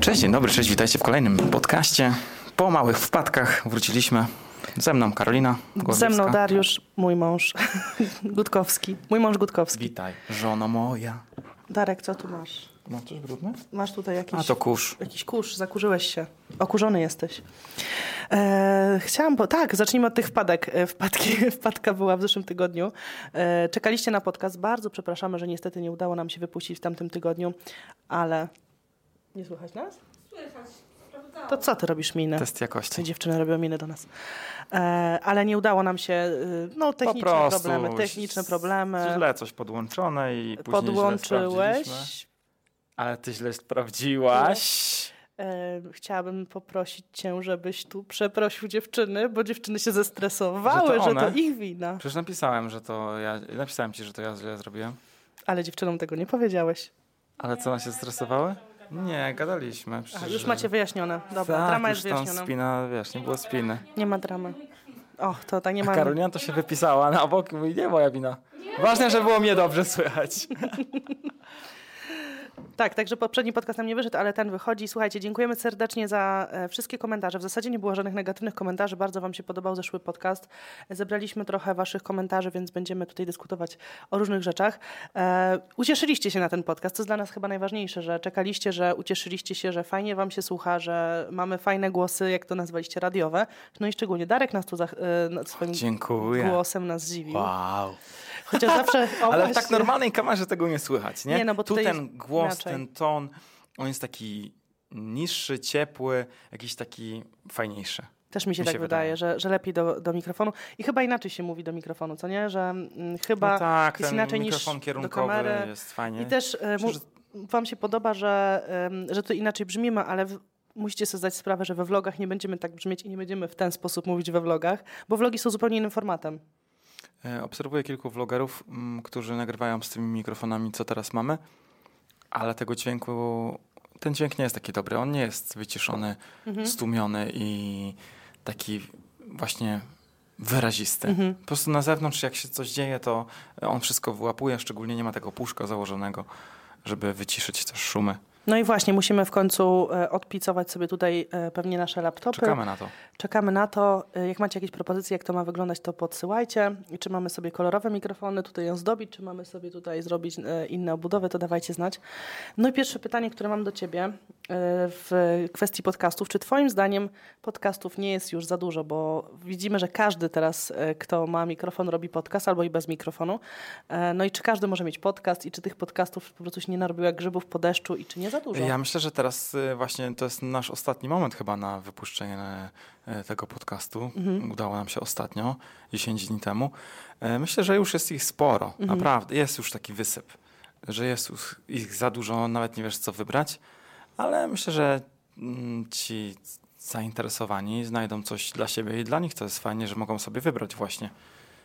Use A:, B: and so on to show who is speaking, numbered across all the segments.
A: Cześć, dzień dobry, cześć, witajcie w kolejnym podcaście. Po małych wpadkach wróciliśmy. Ze mną Karolina Gorlicka.
B: Ze mną Dariusz, mój mąż Gutkowski. Mój mąż Gutkowski.
A: Witaj, żono moja.
B: Darek, co tu masz?
A: No, coś brudne?
B: Masz tutaj jakiś,
A: A to kurz.
B: jakiś kurz, zakurzyłeś się. Okurzony jesteś. E, chciałam, bo tak, zacznijmy od tych wpadek. E, Wpadki, wpadka była w zeszłym tygodniu. E, czekaliście na podcast. Bardzo przepraszamy, że niestety nie udało nam się wypuścić w tamtym tygodniu, ale nie słychać nas?
C: Słychać, sprawdzałam.
B: To co ty robisz minę?
A: Test
B: Te
A: jakości.
B: dziewczyny robią miny do nas. E, ale nie udało nam się, y, no techniczne
A: prostu
B: problemy, techniczne
A: ś-
B: problemy.
A: Źle coś podłączone i później Źle
B: Podłączyłeś.
A: sprawdziliśmy. Ale ty źle sprawdziłaś.
B: E, chciałabym poprosić cię, żebyś tu przeprosił dziewczyny, bo dziewczyny się zestresowały,
A: Że
B: że
A: to
B: to,
A: one?
B: ich wina.
A: Przecież napisałem, że to ja... Napisałem ci, że to ja źle zrobiłem.
B: Ale dziewczynom tego nie powiedziałeś.
A: Ale co, one się stresowały? Nie, gadaliśmy.
B: A,
A: Przecież,
B: już macie wyjaśnione. Dobra,
A: tak,
B: drama
A: już
B: jest
A: tam
B: wyjaśniona.
A: spina, wiesz, nie było spiny.
B: Nie ma dramy. O, to tak nie
A: A
B: ma.
A: Karolina to się wypisała na bok i mówi, nie moja wina. Ważne, że było mnie dobrze słychać.
B: Tak, także poprzedni podcast nam nie wyszedł, ale ten wychodzi. Słuchajcie, dziękujemy serdecznie za e, wszystkie komentarze. W zasadzie nie było żadnych negatywnych komentarzy. Bardzo Wam się podobał zeszły podcast. Zebraliśmy trochę Waszych komentarzy, więc będziemy tutaj dyskutować o różnych rzeczach. E, ucieszyliście się na ten podcast, to jest dla nas chyba najważniejsze, że czekaliście, że ucieszyliście się, że fajnie Wam się słucha, że mamy fajne głosy, jak to nazwaliście, radiowe. No i szczególnie Darek nas tu za, e, nad swoim
A: Dziękuję.
B: głosem nas zdziwił.
A: Wow.
B: Chociaż zawsze... O,
A: Ale w
B: właśnie.
A: tak normalnej kamerze tego nie słychać, nie?
B: Nie, no bo
A: tu
B: tutaj
A: ten głos,
B: inaczej.
A: ten ton, on jest taki niższy, ciepły, jakiś taki fajniejszy.
B: Też mi się
A: Mi
B: tak
A: się
B: wydaje,
A: wydaje.
B: Że, że lepiej do, do mikrofonu. I chyba inaczej się mówi do mikrofonu, co nie? Że mm, chyba
A: no tak,
B: jest
A: ten
B: inaczej niż
A: mikrofon
B: do
A: kierunkowy
B: kamery.
A: jest fajnie.
B: I też e, mu,
A: Myślę, że-
B: wam się podoba, że, em, że to inaczej brzmimy, ale w, musicie sobie zdać sprawę, że we vlogach nie będziemy tak brzmieć i nie będziemy w ten sposób mówić we vlogach, bo vlogi są zupełnie innym formatem.
A: E, Obserwuję kilku vlogerów, mm, którzy nagrywają z tymi mikrofonami, co teraz mamy, ale tego dźwięku, ten dźwięk nie jest taki dobry. On nie jest wyciszony, stłumiony i taki właśnie wyrazisty. Po prostu na zewnątrz, jak się coś dzieje, to on wszystko wyłapuje, szczególnie nie ma tego puszka założonego, żeby wyciszyć też szumy.
B: No i właśnie, musimy w końcu e, odpicować sobie tutaj e, pewnie nasze laptopy.
A: Czekamy na to.
B: Czekamy na to. Y, Jak macie jakieś propozycje, jak to ma wyglądać, to podsyłajcie. I Czy mamy sobie kolorowe mikrofony, tutaj ją zdobić, czy mamy sobie tutaj zrobić e, inne obudowy, to dawajcie znać. No i pierwsze pytanie, które mam do Ciebie e, w kwestii podcastów. Czy Twoim zdaniem podcastów nie jest już za dużo? Bo widzimy, że każdy teraz, e, kto ma mikrofon, robi podcast albo i bez mikrofonu. E, No i czy każdy może mieć podcast i czy tych podcastów po prostu się nie narobiło jak grzybów po deszczu i czy nie za dużo?
A: Ja myślę, że teraz y, właśnie to jest nasz ostatni moment chyba na wypuszczenie e, tego podcastu. Udało nam się ostatnio, 10 dni temu. E, Myślę, że już jest ich sporo, naprawdę. Jest już taki wysyp, że jest już ich za dużo, nawet nie wiesz co wybrać, ale myślę, że mm, ci zainteresowani znajdą coś dla siebie i dla nich to jest fajnie, że mogą sobie wybrać właśnie.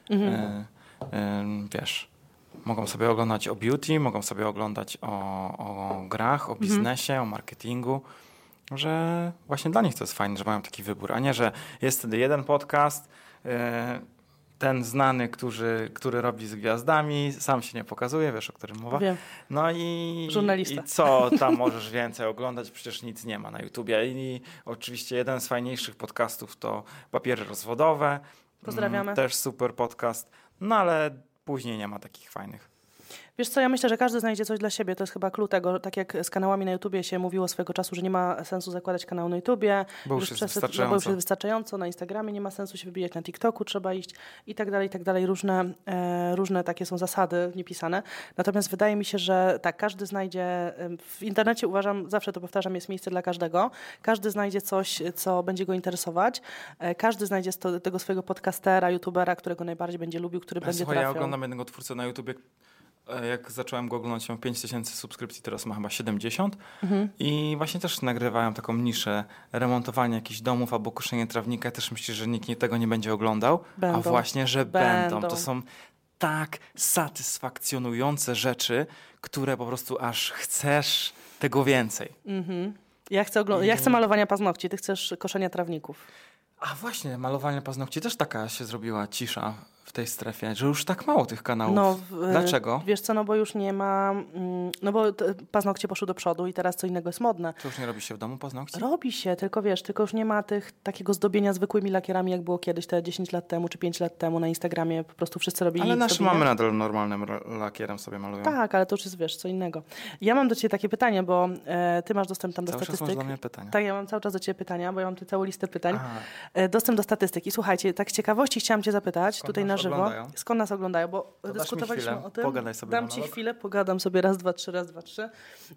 B: Mhm.
A: E, e, Wiesz... Mogą sobie oglądać o beauty, mogą sobie oglądać o, o grach, o biznesie, o marketingu. Że właśnie dla nich to jest fajne, że mają taki wybór, a nie, że jest wtedy jeden podcast, e, ten znany, który, który robi z gwiazdami, sam się nie pokazuje, wiesz o którym mowa.
B: Wiem.
A: No i,
B: Żurnalista.
A: i co tam możesz więcej oglądać? Przecież nic nie ma na YouTubie. I oczywiście jeden z fajniejszych podcastów to Papiery Rozwodowe. Mm,
B: Pozdrawiamy.
A: Też super podcast, no ale później nie ma takich fajnych.
B: Wiesz co, ja myślę, że każdy znajdzie coś dla siebie. To jest chyba klucz tego, tak jak z kanałami na YouTubie się mówiło swego czasu, że nie ma sensu zakładać kanału na YouTubie.
A: Bo już jest
B: przesyt-
A: wystarczająco.
B: Bo już jest wystarczająco. Na Instagramie nie ma sensu się wybijać, na TikToku trzeba iść i tak dalej, i tak dalej. Różne, e, różne takie są zasady niepisane. Natomiast wydaje mi się, że tak, każdy znajdzie, em, w internecie uważam, zawsze to powtarzam, jest miejsce dla każdego. Każdy znajdzie coś, co będzie go interesować. E, każdy znajdzie sto, tego swojego podcastera, youtubera, którego najbardziej będzie lubił, który będzie
A: E, Słuchaj,
B: trafiał.
A: ja oglądam jednego twórcę na YouTubie. e, Jak zacząłem go oglądać, miał 5000 subskrypcji, teraz ma chyba 70.
B: Mhm.
A: I właśnie też nagrywałem taką niszę remontowanie jakichś domów albo koszenie trawnika. Też myślę, że nikt nie- tego nie będzie oglądał. A
B: Będą.
A: właśnie, że będą.
B: Będą.
A: To są tak satysfakcjonujące rzeczy, które po prostu aż chcesz tego więcej.
B: Mhm.
A: Mhm.
B: Ja chcę, oglą- ja chcę malowania paznokci, ty chcesz koszenia trawników.
A: A właśnie, malowanie paznokci też taka się zrobiła cisza w tej strefie, że już tak mało tych kanałów.
B: No, w-
A: Dlaczego?
B: Wiesz co, no bo już nie ma, mm, no bo te paznokcie poszły do przodu i teraz co innego jest modne.
A: Czy już nie robi się w domu paznokci?
B: Robi się, tylko wiesz, tylko już nie ma tych takiego zdobienia zwykłymi lakierami, jak było kiedyś te 10 lat temu czy 5 lat temu na Instagramie po prostu wszyscy robili
A: Ale nasze
B: zdobienia.
A: mamy nadal normalnym ra- lakierem sobie malują.
B: Tak, ale to już jest, wiesz, co innego. Ja mam do ciebie takie pytanie, bo e, ty masz dostęp tam do
A: Cały czas masz
B: statystyk.
A: dla mnie pytania.
B: Tak, ja mam cały czas do ciebie pytania, bo ja mam tu całą listę pytań.
A: A.
B: E, dostęp do statystyk. I słuchajcie, tak z ciekawości chciałam cię zapytać
A: Skąd
B: tutaj
A: nas
B: na żywo.
A: oglądają?
B: Skąd nas oglądają? Bo
A: dasz mi
B: dyskutowaliśmy
A: chwilę,
B: o tym.
A: pogadaj sobie
B: Dam
A: monolog.
B: ci chwilę, pogadam sobie raz, dwa, trzy, raz, dwa, trzy.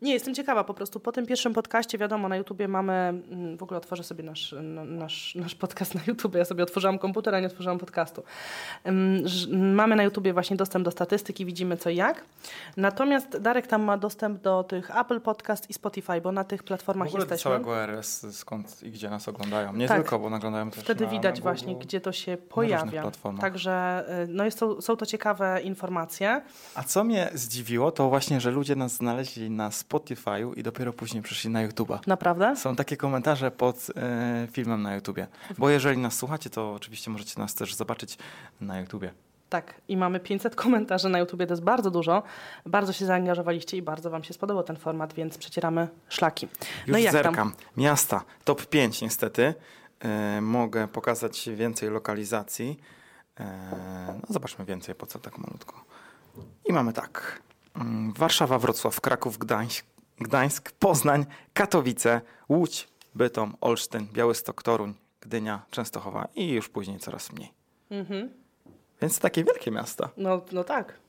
B: Nie, jestem ciekawa po prostu. Po tym pierwszym podcaście, wiadomo, na YouTubie mamy, mm, w ogóle otworzę sobie nasz, na- nasz, nasz podcast na YouTubie. Ja sobie otworzyłam komputer, a nie otworzyłam podcastu. Ym, ż- Mamy na YouTubie właśnie dostęp do statystyki, widzimy co i jak. Natomiast Darek tam ma dostęp do tych Apple Podcast i Spotify, bo na tych
A: W
B: platformach
A: ogóle do
B: jesteśmy.
A: całego RS, skąd i gdzie nas oglądają. Nie
B: Tak.
A: tylko, bo oglądają też
B: Wtedy
A: na,
B: widać
A: na Google.
B: właśnie, gdzie to się pojawia.
A: platformach.
B: Także y, no jest to, są to ciekawe informacje.
A: A co mnie zdziwiło, to właśnie, że ludzie nas znaleźli na Spotify'u i dopiero później przeszli na YouTube'a.
B: Naprawdę?
A: Są takie komentarze pod e, filmem na YouTubie. Bo jeżeli nas słuchacie, to oczywiście możecie nas też zobaczyć na YouTubie.
B: Tak. I mamy 500 komentarzy na YouTubie, to jest bardzo dużo. Bardzo się zaangażowaliście i bardzo Wam się spodobał ten format, więc przecieramy szlaki.
A: Już
B: no i jak
A: zerkam.
B: tam?
A: Miasta, top 5 niestety. E, mogę pokazać więcej lokalizacji. E, no zobaczmy więcej, po co tak malutko. I mamy tak. Mm, Warszawa, Wrocław, Kraków, Gdańsk, Gdańsk, Poznań, Katowice, Łódź, Bytom, Olsztyn, Białystok, Toruń, Gdynia, Częstochowa i już później coraz mniej. Więc takie wielkie miasta.
B: Mhm. No, no tak.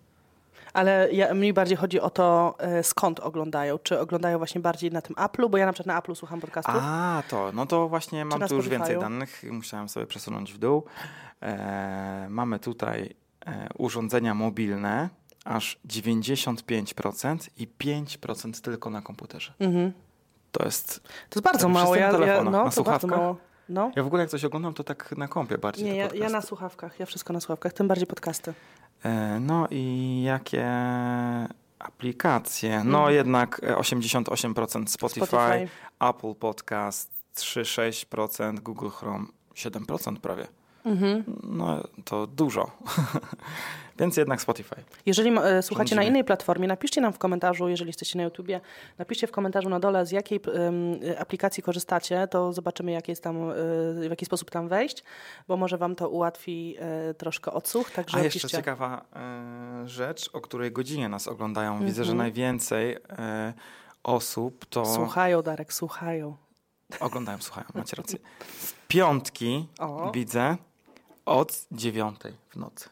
B: Ale ja, mi bardziej chodzi o to, y, skąd oglądają. Czy oglądają właśnie bardziej na tym Apple'u, bo ja na przykład na Apple'u słucham podcastów.
A: A, to, no to właśnie mam
B: na
A: tu już
B: Spotify'u?
A: więcej danych, musiałem sobie przesunąć w dół. E, mamy tutaj e, urządzenia mobilne, aż 95% i 5% tylko na komputerze. To jest,
B: Mhm. To jest bardzo
A: Przez
B: mało.
A: ten
B: Ja, ja,
A: telefon,
B: no,
A: na
B: to bardzo
A: słuchawkach?
B: mało. No.
A: ja w ogóle jak coś oglądam, to tak na kąpie bardziej
B: Nie,
A: te
B: ja, ja
A: podcasty.
B: na słuchawkach, ja wszystko na słuchawkach, tym bardziej podcasty.
A: E, No i jakie aplikacje? No jednak e, 88% Spotify,
B: Mhm. Spotify.
A: Apple Podcast, 3-6%, Google Chrome 7% prawie. No to dużo. Więc jednak Spotify.
B: Jeżeli ma- e, słuchacie
A: Rządzimy.
B: na innej platformie, napiszcie nam w komentarzu, jeżeli jesteście na YouTubie, napiszcie w komentarzu na dole, z jakiej em, e, aplikacji korzystacie, to zobaczymy, jak jest tam, e, w jaki sposób tam wejść, bo może wam to ułatwi e, troszkę odsłuch, także
A: A jeszcze
B: piszcie.
A: ciekawa e, rzecz, o której godzinie nas oglądają.
B: Mhm.
A: Widzę, że najwięcej e, osób to
B: Słuchają, Darek, słuchają.
A: oglądają, słuchają, macie rację. W piątki
B: O.
A: widzę od dziewiątej w nocy.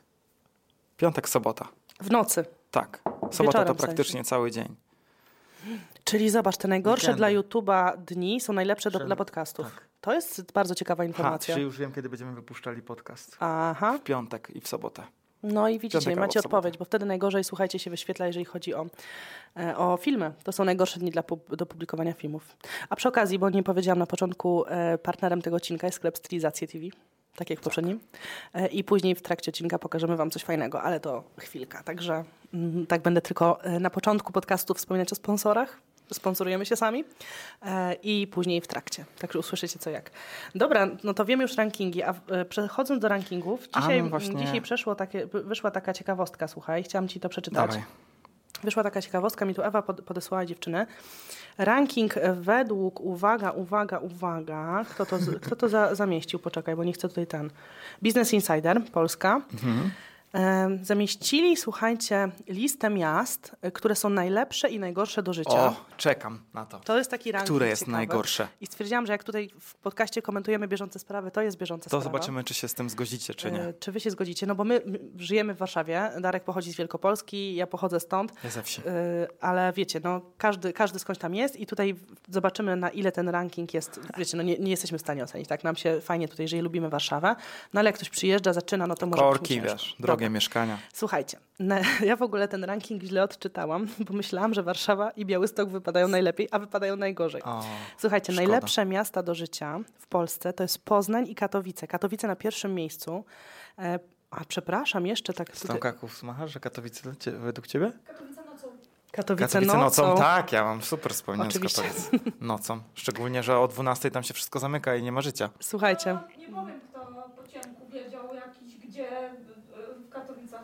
A: Piątek, sobota.
B: W nocy.
A: Tak. Sobota
B: Wieczorem w
A: to praktycznie cały dzień.
B: Czyli zobacz, te najgorsze
A: Weekendy.
B: dla YouTuba dni są najlepsze do,
A: Przed-
B: dla podcastów.
A: tak.
B: To jest bardzo ciekawa
A: Ha,
B: informacja.
A: czyli już wiem, kiedy będziemy wypuszczali podcast.
B: Aha.
A: W piątek i w sobotę.
B: No i widzicie,
A: Piątek albo
B: macie
A: w sobotę.
B: odpowiedź, bo wtedy najgorzej, słuchajcie, się wyświetla, jeżeli chodzi o, e, o filmy. To są najgorsze dni dla pub- do publikowania filmów. A przy okazji, bo nie powiedziałam na początku, e, partnerem tego odcinka jest sklep Stylizacje TV, tak jak w poprzednim. E, I później w trakcie odcinka pokażemy wam coś fajnego, ale to chwilka. Także mm, tak będę tylko e, na początku podcastu wspominać o sponsorach. Sponsorujemy się sami e, i później w trakcie. Także usłyszycie co jak. Dobra, no to wiemy już rankingi, a w- e, przechodząc do rankingów,
A: A,
B: Dzisiaj,
A: no właśnie.
B: dzisiaj przeszło takie, wyszła taka ciekawostka, słuchaj, chciałam ci to przeczytać.
A: Dawaj.
B: Wyszła taka ciekawostka, mi tu Ewa pod, podesłała dziewczyny. Ranking według, uwaga, uwaga, uwaga, kto to, z- kto to za, zamieścił, poczekaj, bo nie chcę tutaj ten. Business Insider, Polska.
A: Mhm.
B: Em, Zamieścili, słuchajcie, listę miast, y, które są najlepsze i najgorsze do życia.
A: O, czekam na to.
B: To jest taki ranking.
A: Które jest
B: ciekawy.
A: najgorsze?
B: I stwierdziłam, że jak tutaj w podcaście komentujemy bieżące sprawy, to jest bieżąca
A: To
B: sprawa.
A: zobaczymy, czy się z tym zgodzicie, czy nie.
B: E, Czy wy się zgodzicie? No bo my m, żyjemy w Warszawie, Darek pochodzi z Wielkopolski, ja pochodzę stąd,
A: Ja ze wsi.
B: e, ale wiecie, no każdy, każdy skądś tam jest i tutaj w- zobaczymy na ile ten ranking jest, wiecie, no nie, nie jesteśmy w stanie ocenić, tak? Nam się fajnie tutaj żyje, lubimy Warszawę, no ale jak ktoś przyjeżdża, zaczyna, no to może być
A: Korki,
B: mi ciężko.
A: wiesz,
B: Dobra.
A: drogie mieszkania.
B: Słuchajcie, na, ja w ogóle ten ranking źle odczytałam, bo myślałam, że Warszawa i Białystok wypadają najlepiej, a wypadają najgorzej.
A: O,
B: Słuchajcie,
A: szkoda.
B: najlepsze miasta do życia w Polsce to jest Poznań i Katowice. Katowice na pierwszym miejscu. E, a przepraszam, jeszcze tak. Tutaj,
A: Stomkaków smachasz, że Katowice dla cie- według ciebie?
C: no Katowice nocą.
B: Katowice,
A: Katowice nocą.
B: nocą.
A: Tak, ja mam super wspomnienia z
B: Oczywiście.
A: Katowic. Nocą. Szczególnie, że o 12 tam się wszystko zamyka i nie ma życia.
B: Słuchajcie,
C: No, nie powiem, kto po ciemku wiedział jakiś, gdzie y, w Katowicach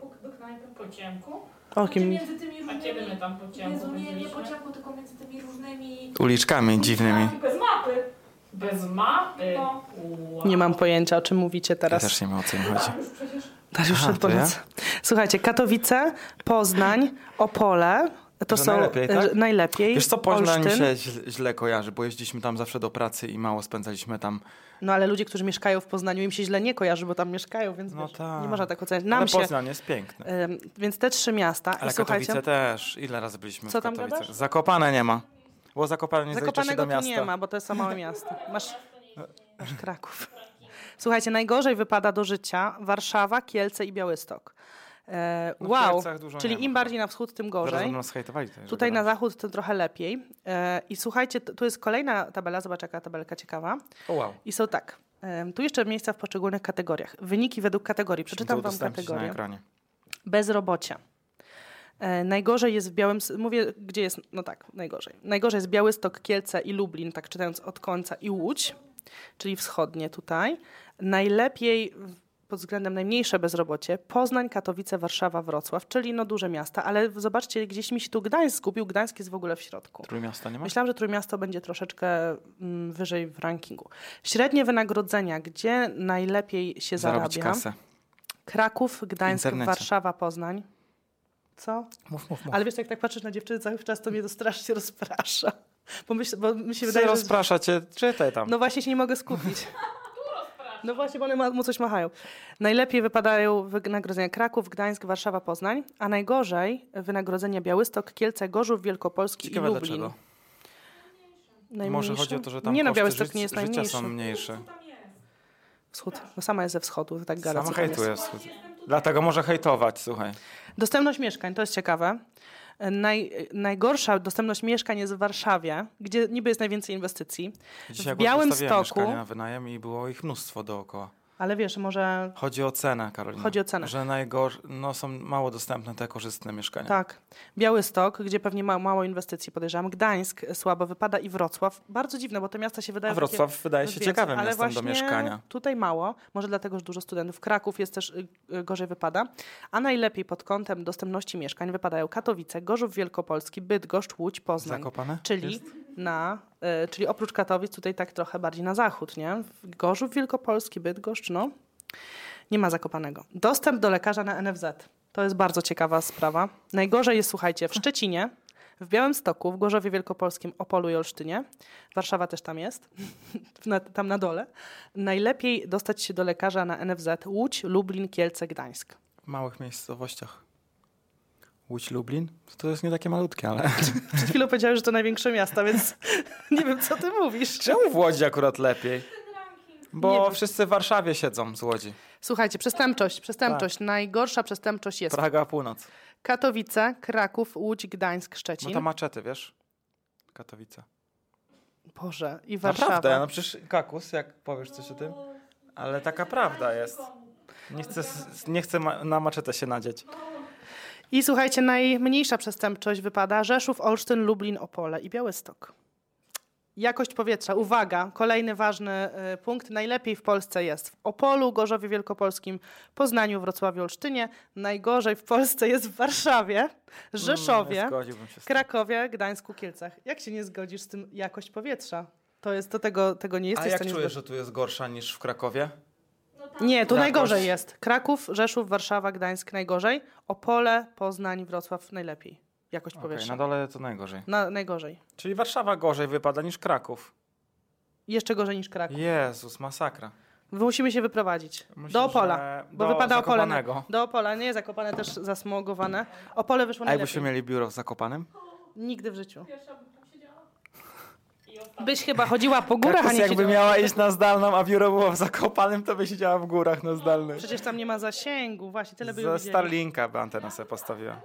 C: puk do knajpy po ciemku.
B: o
C: Znaczy,
B: kim...
C: Między tymi
D: A kiedy my
C: różnymi...
D: tam po ciemku
C: Jezu, nie, nie po
D: byliśmy?
C: ciemku, tylko między tymi różnymi... Tak,
A: Uliczkami dziwnymi.
C: Bez mapy.
D: Bez mapy?
C: No.
D: Wow.
B: Nie mam pojęcia, o czym mówicie
A: Ja
B: teraz.
A: też nie wiem, o co mi chodzi.
C: Już przecież...
B: Dariusz
A: Aha, to ja?
B: Szedpowiec. Słuchajcie, Katowice, Poznań, Opole. To
A: Że
B: są
A: najlepiej, tak?
B: e, najlepiej.
A: Wiesz co, Poznań mi
B: Olsztyn.
A: się źle- źle kojarzy, bo jeździliśmy tam zawsze do pracy i mało spędzaliśmy tam.
B: No ale ludzie, którzy mieszkają w Poznaniu, im się źle nie kojarzy, bo tam mieszkają, więc
A: No
B: wiesz,
A: tak.
B: nie można tak oceniać. Nam
A: Ale
B: się.
A: Poznań jest piękny.
B: Ym, więc te trzy miasta.
A: Ale
B: I słuchajcie,
A: Katowice też. Ile razy byliśmy
B: Co
A: w
B: tam
A: Katowicach?
B: gadasz?
A: Zakopane nie ma. Bo Zakopane nie zalicza się
B: Zakopanego
A: do
B: tu
A: miasta.
B: nie ma, bo to są małe miasta. Masz, masz Kraków. Słuchajcie, najgorzej wypada do życia Warszawa, Kielce i Białystok. E,
A: No w
B: wow,
A: Kielcach dużo nie
B: czyli
A: ma.
B: im bardziej na wschód, tym
A: Zaraz
B: gorzej.
A: będą nas hejtowali. Tutaj, że
B: Tutaj na
A: gadam.
B: zachód to trochę lepiej. E, I słuchajcie, t- tu jest kolejna tabela, zobacz jaka tabelka ciekawa.
A: O, wow.
B: I są tak, em, tu jeszcze miejsca w poszczególnych kategoriach. Wyniki według kategorii, przeczytam wam
A: Udostępnić na
B: kategorię.
A: ekranie.
B: Bezrobocie. E, Najgorzej jest w Białym... Mówię, gdzie jest... No tak, najgorzej. Najgorzej jest Białystok, Kielce i Lublin, tak czytając od końca, i Łódź, czyli wschodnie tutaj. Najlepiej w- pod względem najmniejsze bezrobocie Poznań, Katowice, Warszawa, Wrocław, czyli no duże miasta, ale zobaczcie, gdzieś mi się tu Gdańsk zgubił, Gdańsk jest w ogóle w środku.
A: Trójmiasta nie ma?
B: Myślałam, że Trójmiasto będzie troszeczkę mm, wyżej w rankingu. Średnie wynagrodzenia, gdzie najlepiej się
A: Zarobić
B: zarabia?
A: kasę.
B: Kraków, Gdańsk,
A: internecie.
B: Warszawa, Poznań. Co?
A: Mów, mów, mów.
B: Ale wiesz, jak tak patrzysz na dziewczyny cały czas, to mnie to strasznie rozprasza. Bo, myśl, bo mi się
A: Ty
B: wydaje, że...
A: rozprasza cię, czytaj tam.
B: No właśnie się nie mogę skupić. No właśnie, bo one ma, mu coś machają. Najlepiej wypadają wynagrodzenia Kraków, Gdańsk, Warszawa, Poznań, a najgorzej wynagrodzenia Białystok, Kielce, Gorzów, Wielkopolski
A: Ciekawe
B: i Lublin.
A: dlaczego.
B: Najmniejszy?
A: Może chodzi o to, że tam
B: Nie, no
A: koszty
B: Białystok
A: życ-
B: nie jest
A: życia
B: najmniejszy.
A: są mniejsze.
B: Wschód. No sama jest ze wschodu, tak gada.
A: Sama
B: co tam jest.
A: hejtuje wschód. Dlatego może hejtować, słuchaj.
B: Dostępność mieszkań, to jest ciekawe. E, Naj, e, najgorsza dostępność mieszkań jest w Warszawie, gdzie niby jest najwięcej inwestycji.
A: Dzisiaj
B: w
A: akurat
B: Białymstoku,
A: wystawiłem mieszkanie na wynajem i było ich mnóstwo dookoła.
B: ale wiesz, może
A: Chodzi o cenę, Karolina.
B: Chodzi o cenę.
A: Że najgorsze, no są mało dostępne te korzystne mieszkania.
B: tak. Białystok, gdzie pewnie ma mało inwestycji, podejrzewam. Gdańsk e, słabo wypada i Wrocław. Bardzo dziwne, bo te miasta się wydają
A: A Wrocław wydaje się
B: Rozwijające,
A: ciekawym
B: ale
A: miastem do
B: właśnie
A: mieszkania.
B: Tutaj mało, może dlatego, że dużo studentów. Kraków jest też y, y, gorzej wypada. A najlepiej pod kątem dostępności mieszkań wypadają Katowice, Gorzów Wielkopolski, Bydgoszcz, Łódź, Poznań.
A: Zakopane?
B: Czyli, na, y, czyli oprócz Katowic tutaj tak trochę bardziej na zachód, nie? Gorzów Wielkopolski, Bydgoszcz, no. Nie ma Zakopanego. Dostęp do lekarza na NFZ. To jest bardzo ciekawa sprawa. Najgorzej jest, słuchajcie, w Szczecinie, w Białymstoku, w Gorzowie Wielkopolskim, Opolu i Olsztynie. Warszawa też tam jest, na, tam na dole. Najlepiej dostać się do lekarza na NFZ Łódź, Lublin, Kielce, Gdańsk.
A: W małych miejscowościach. Łódź, Lublin? To jest nie takie malutkie, ale...
B: Przed chwilą powiedziałeś, że to największe miasta, więc nie wiem, co ty mówisz.
A: Czemu w Łodzi akurat lepiej?
B: Nie
A: Bo
B: wiem.
A: wszyscy w Warszawie siedzą z Łodzi.
B: Słuchajcie, przestępczość, przestępczość.
A: Tak.
B: Najgorsza przestępczość jest
A: Praga Północ.
B: Katowice, Kraków, Łódź, Gdańsk,
A: Bo
B: Szczecin.
A: No to maczety, wiesz? Katowice.
B: Boże, i Warszawa.
A: Naprawdę, no przecież kakus, jak powiesz coś o tym. Ale taka prawda jest. Nie chcę, s- nie chcę ma- na maczetę się nadzieć.
B: I słuchajcie, najmniejsza przestępczość wypada Rzeszów, Olsztyn, Lublin, Opole i Białystok. Jakość powietrza. Uwaga, kolejny ważny e, punkt. Najlepiej w Polsce jest w Opolu, Gorzowie Wielkopolskim, Poznaniu, Wrocławiu, Olsztynie. Najgorzej w Polsce jest w
A: Mm,
B: Warszawie, Rzeszowie,
A: Nie zgodziłbym się z tym.
B: Krakowie, Gdańsku, Kielcach. Jak się nie zgodzisz z tym jakość powietrza? To jest, do tego, tego nie
A: A
B: jesteś w
A: jak
B: stanie
A: czujesz, że tu jest gorsza niż w Krakowie?
B: nie, tu
A: Jakoś.
B: najgorzej jest. Kraków, Rzeszów, Warszawa, Gdańsk najgorzej. Opole, Poznań, Wrocław najlepiej. Jakość
A: Okej, no
B: powietrza.
A: na dole to najgorzej.
B: Na, najgorzej.
A: Czyli Warszawa gorzej wypada niż Kraków.
B: Jeszcze gorzej niż Kraków.
A: Jezus, masakra.
B: Musimy się wyprowadzić.
A: Myślę,
B: do Opola.
A: że
B: Bo
A: do
B: wypada Opole. Na,
A: Zakopanego.
B: do Opola, nie? Zakopane też zasmogowane. Opole wyszło
A: A jakbyśmy
B: najlepiej.
A: mieli biuro w Zakopanem?
B: Nigdy w życiu.
C: Pierwsza bym tam siedziała.
B: Byś chyba chodziła po górach, a
A: Kakus
B: nie
A: jakby
B: siedziała.
A: miała iść na zdalną, a biuro było w Zakopanem, to by siedziała w górach na zdalnej.
B: Przecież tam nie ma zasięgu. Właśnie, tyle by ją
A: Ze
B: widzieli.
A: Starlinka by antenę sobie postawiła.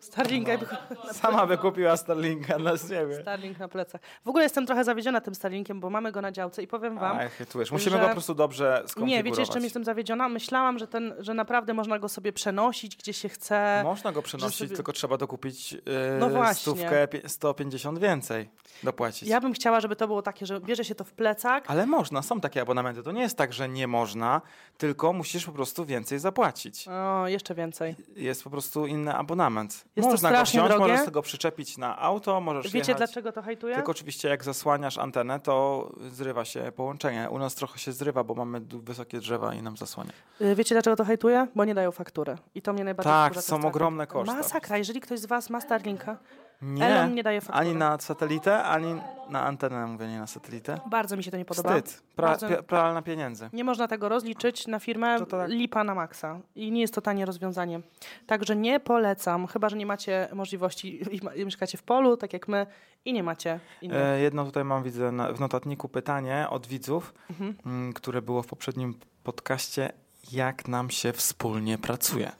B: Starlinka
A: No.
B: i
A: Sama wykupiła Starlinka dla siebie.
B: Starlink na plecach. W ogóle jestem trochę zawiedziona tym Starlinkiem, bo mamy go na działce i powiem wam,
A: Ach, chytujesz. Musimy
B: że-
A: go po prostu dobrze skonfigurować.
B: nie, wiecie, jeszcze jestem zawiedziona. Myślałam, że, ten, że naprawdę można go sobie przenosić, gdzie się chce.
A: Można go przenosić,
B: sobie-
A: tylko trzeba dokupić yy,
B: No właśnie.
A: stówkę pie- 150 więcej dopłacić.
B: Ja bym chciała, żeby to było takie, że bierze się to w plecak.
A: Ale można, są takie abonamenty. To nie jest tak, że nie można, tylko musisz po prostu więcej zapłacić.
B: O, jeszcze więcej.
A: Jest po prostu inny abonament.
B: Jest to
A: można go
B: strasznie
A: wziąć,
B: drogie.
A: możesz tego przyczepić na auto, możesz
B: Wiecie,
A: jechać.
B: dlaczego to hejtuję?
A: Tylko oczywiście jak zasłaniasz antenę, to zrywa się połączenie. U nas trochę się zrywa, bo mamy du- wysokie drzewa i nam zasłania.
B: Y, Wiecie, dlaczego to hejtuję? Bo nie dają faktury. I to mnie najbardziej
A: Tak,
B: wkurza,
A: są
B: to jest
A: ogromne
B: Starlink.
A: koszty.
B: Masakra, jeżeli ktoś z was ma Starlinka,
A: Nie,
B: Elon nie daje faktury.
A: ani na satelitę, ani na antenę, mówię, nie na satelitę.
B: bardzo mi się to nie podoba.
A: Wstyd, pra,
B: Bardzo-
A: pie, pralna pieniędzy.
B: Nie można tego rozliczyć na firmę
A: To tak.
B: lipa na maksa. I nie jest to tanie rozwiązanie. Także nie polecam, chyba że nie macie możliwości i, ma, i mieszkacie w polu, tak jak my, i nie macie innych.
A: E, jedno tutaj mam, widzę na, w notatniku pytanie od widzów,
B: Mhm.
A: mm, które było w poprzednim podcaście. Jak nam się wspólnie pracuje?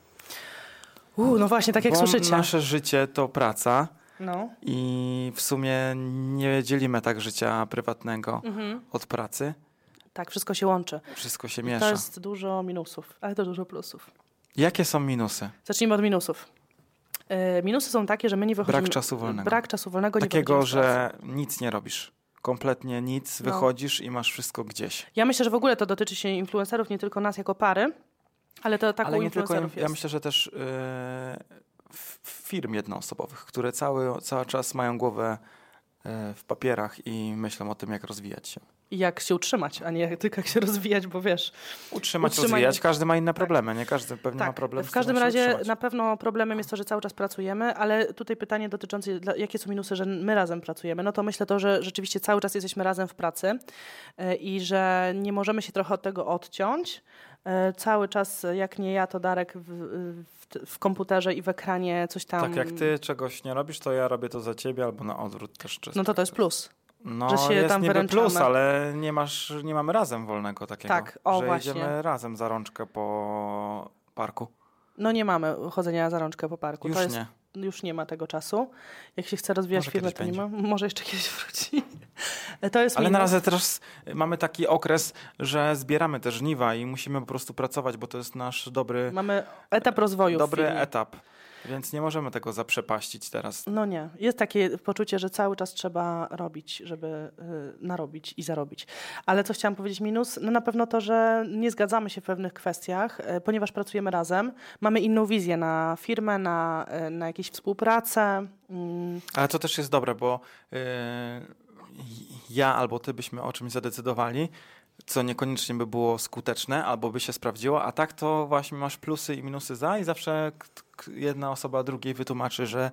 B: Uuu, no właśnie, tak jak
A: Bo
B: słyszycie.
A: nasze życie to praca
B: No.
A: i w sumie nie dzielimy tak życia prywatnego od pracy.
B: Mhm. Tak, wszystko się łączy.
A: Wszystko się
B: To
A: miesza.
B: jest dużo minusów, ale to dużo plusów.
A: Jakie są minusy?
B: Zacznijmy od minusów. E, minusy są takie, że my nie wychodzimy...
A: Brak czasu wolnego.
B: Brak czasu wolnego. nie
A: Takiego,
B: wychodzimy z pracy.
A: że nic nie robisz. Kompletnie nic,
B: No.
A: wychodzisz i masz wszystko gdzieś.
B: Ja myślę, że w ogóle to dotyczy się influencerów, nie tylko nas jako pary, ale to tak
A: Ale
B: u
A: nie tylko, ja,
B: influencerów
A: ja
B: jest.
A: myślę, że też yy, f- firm jednoosobowych, które cały, cały czas mają głowę yy, w papierach i myślą o tym, jak rozwijać się.
B: I jak się utrzymać, a nie jak tylko jak się rozwijać, bo wiesz.
A: Utrzymać,
B: Utrzymanie-
A: rozwijać. Każdy ma inne problemy, nie? Każdy pewnie ma
B: Tak,
A: problem
B: w
A: z
B: każdym
A: tym, żeby się
B: razie
A: utrzymać.
B: na pewno problemem jest to, że cały czas pracujemy, ale tutaj pytanie dotyczące, dla- jakie są minusy, że my razem pracujemy. No to myślę to, że rzeczywiście cały czas jesteśmy razem w pracy e, i że nie możemy się trochę od tego odciąć. E, Cały czas, jak nie ja, to Darek w, w, w komputerze i w ekranie coś tam...
A: Tak, jak ty czegoś nie robisz, to ja robię to za ciebie albo na odwrót też. Czy
B: No to to jest plus.
A: No,
B: że się
A: jest
B: tam
A: niby
B: wyręczamy.
A: plus, ale nie, masz, nie mamy razem wolnego takiego.
B: Tak, o,
A: że
B: właśnie.
A: idziemy razem za rączkę po parku.
B: No nie mamy chodzenia za rączkę po parku.
A: Już
B: to jest,
A: nie.
B: Już nie ma tego czasu. Jak się chce rozwijać
A: Może
B: firmę, to
A: kiedyś
B: nie ma. Może jeszcze kiedyś wróci. To jest
A: Ale
B: minus.
A: na razie teraz mamy taki okres, że zbieramy te żniwa i musimy po prostu pracować, bo to jest nasz dobry,
B: Mamy etap rozwoju w
A: dobry
B: firmie.
A: etap. Więc nie możemy tego zaprzepaścić teraz.
B: No nie. Jest takie poczucie, że cały czas trzeba robić, żeby y, narobić i zarobić. Ale co chciałam powiedzieć minus? No na pewno to, że nie zgadzamy się w pewnych kwestiach, y, ponieważ pracujemy razem. Mamy inną wizję na firmę, na, y, na jakieś współpracę. Mm,
A: Ale to też jest dobre, bo yy, ja albo ty byśmy o czymś zadecydowali, co niekoniecznie by było skuteczne, albo by się sprawdziło, a tak to właśnie masz plusy i minusy za i zawsze k- k- jedna osoba drugiej wytłumaczy, że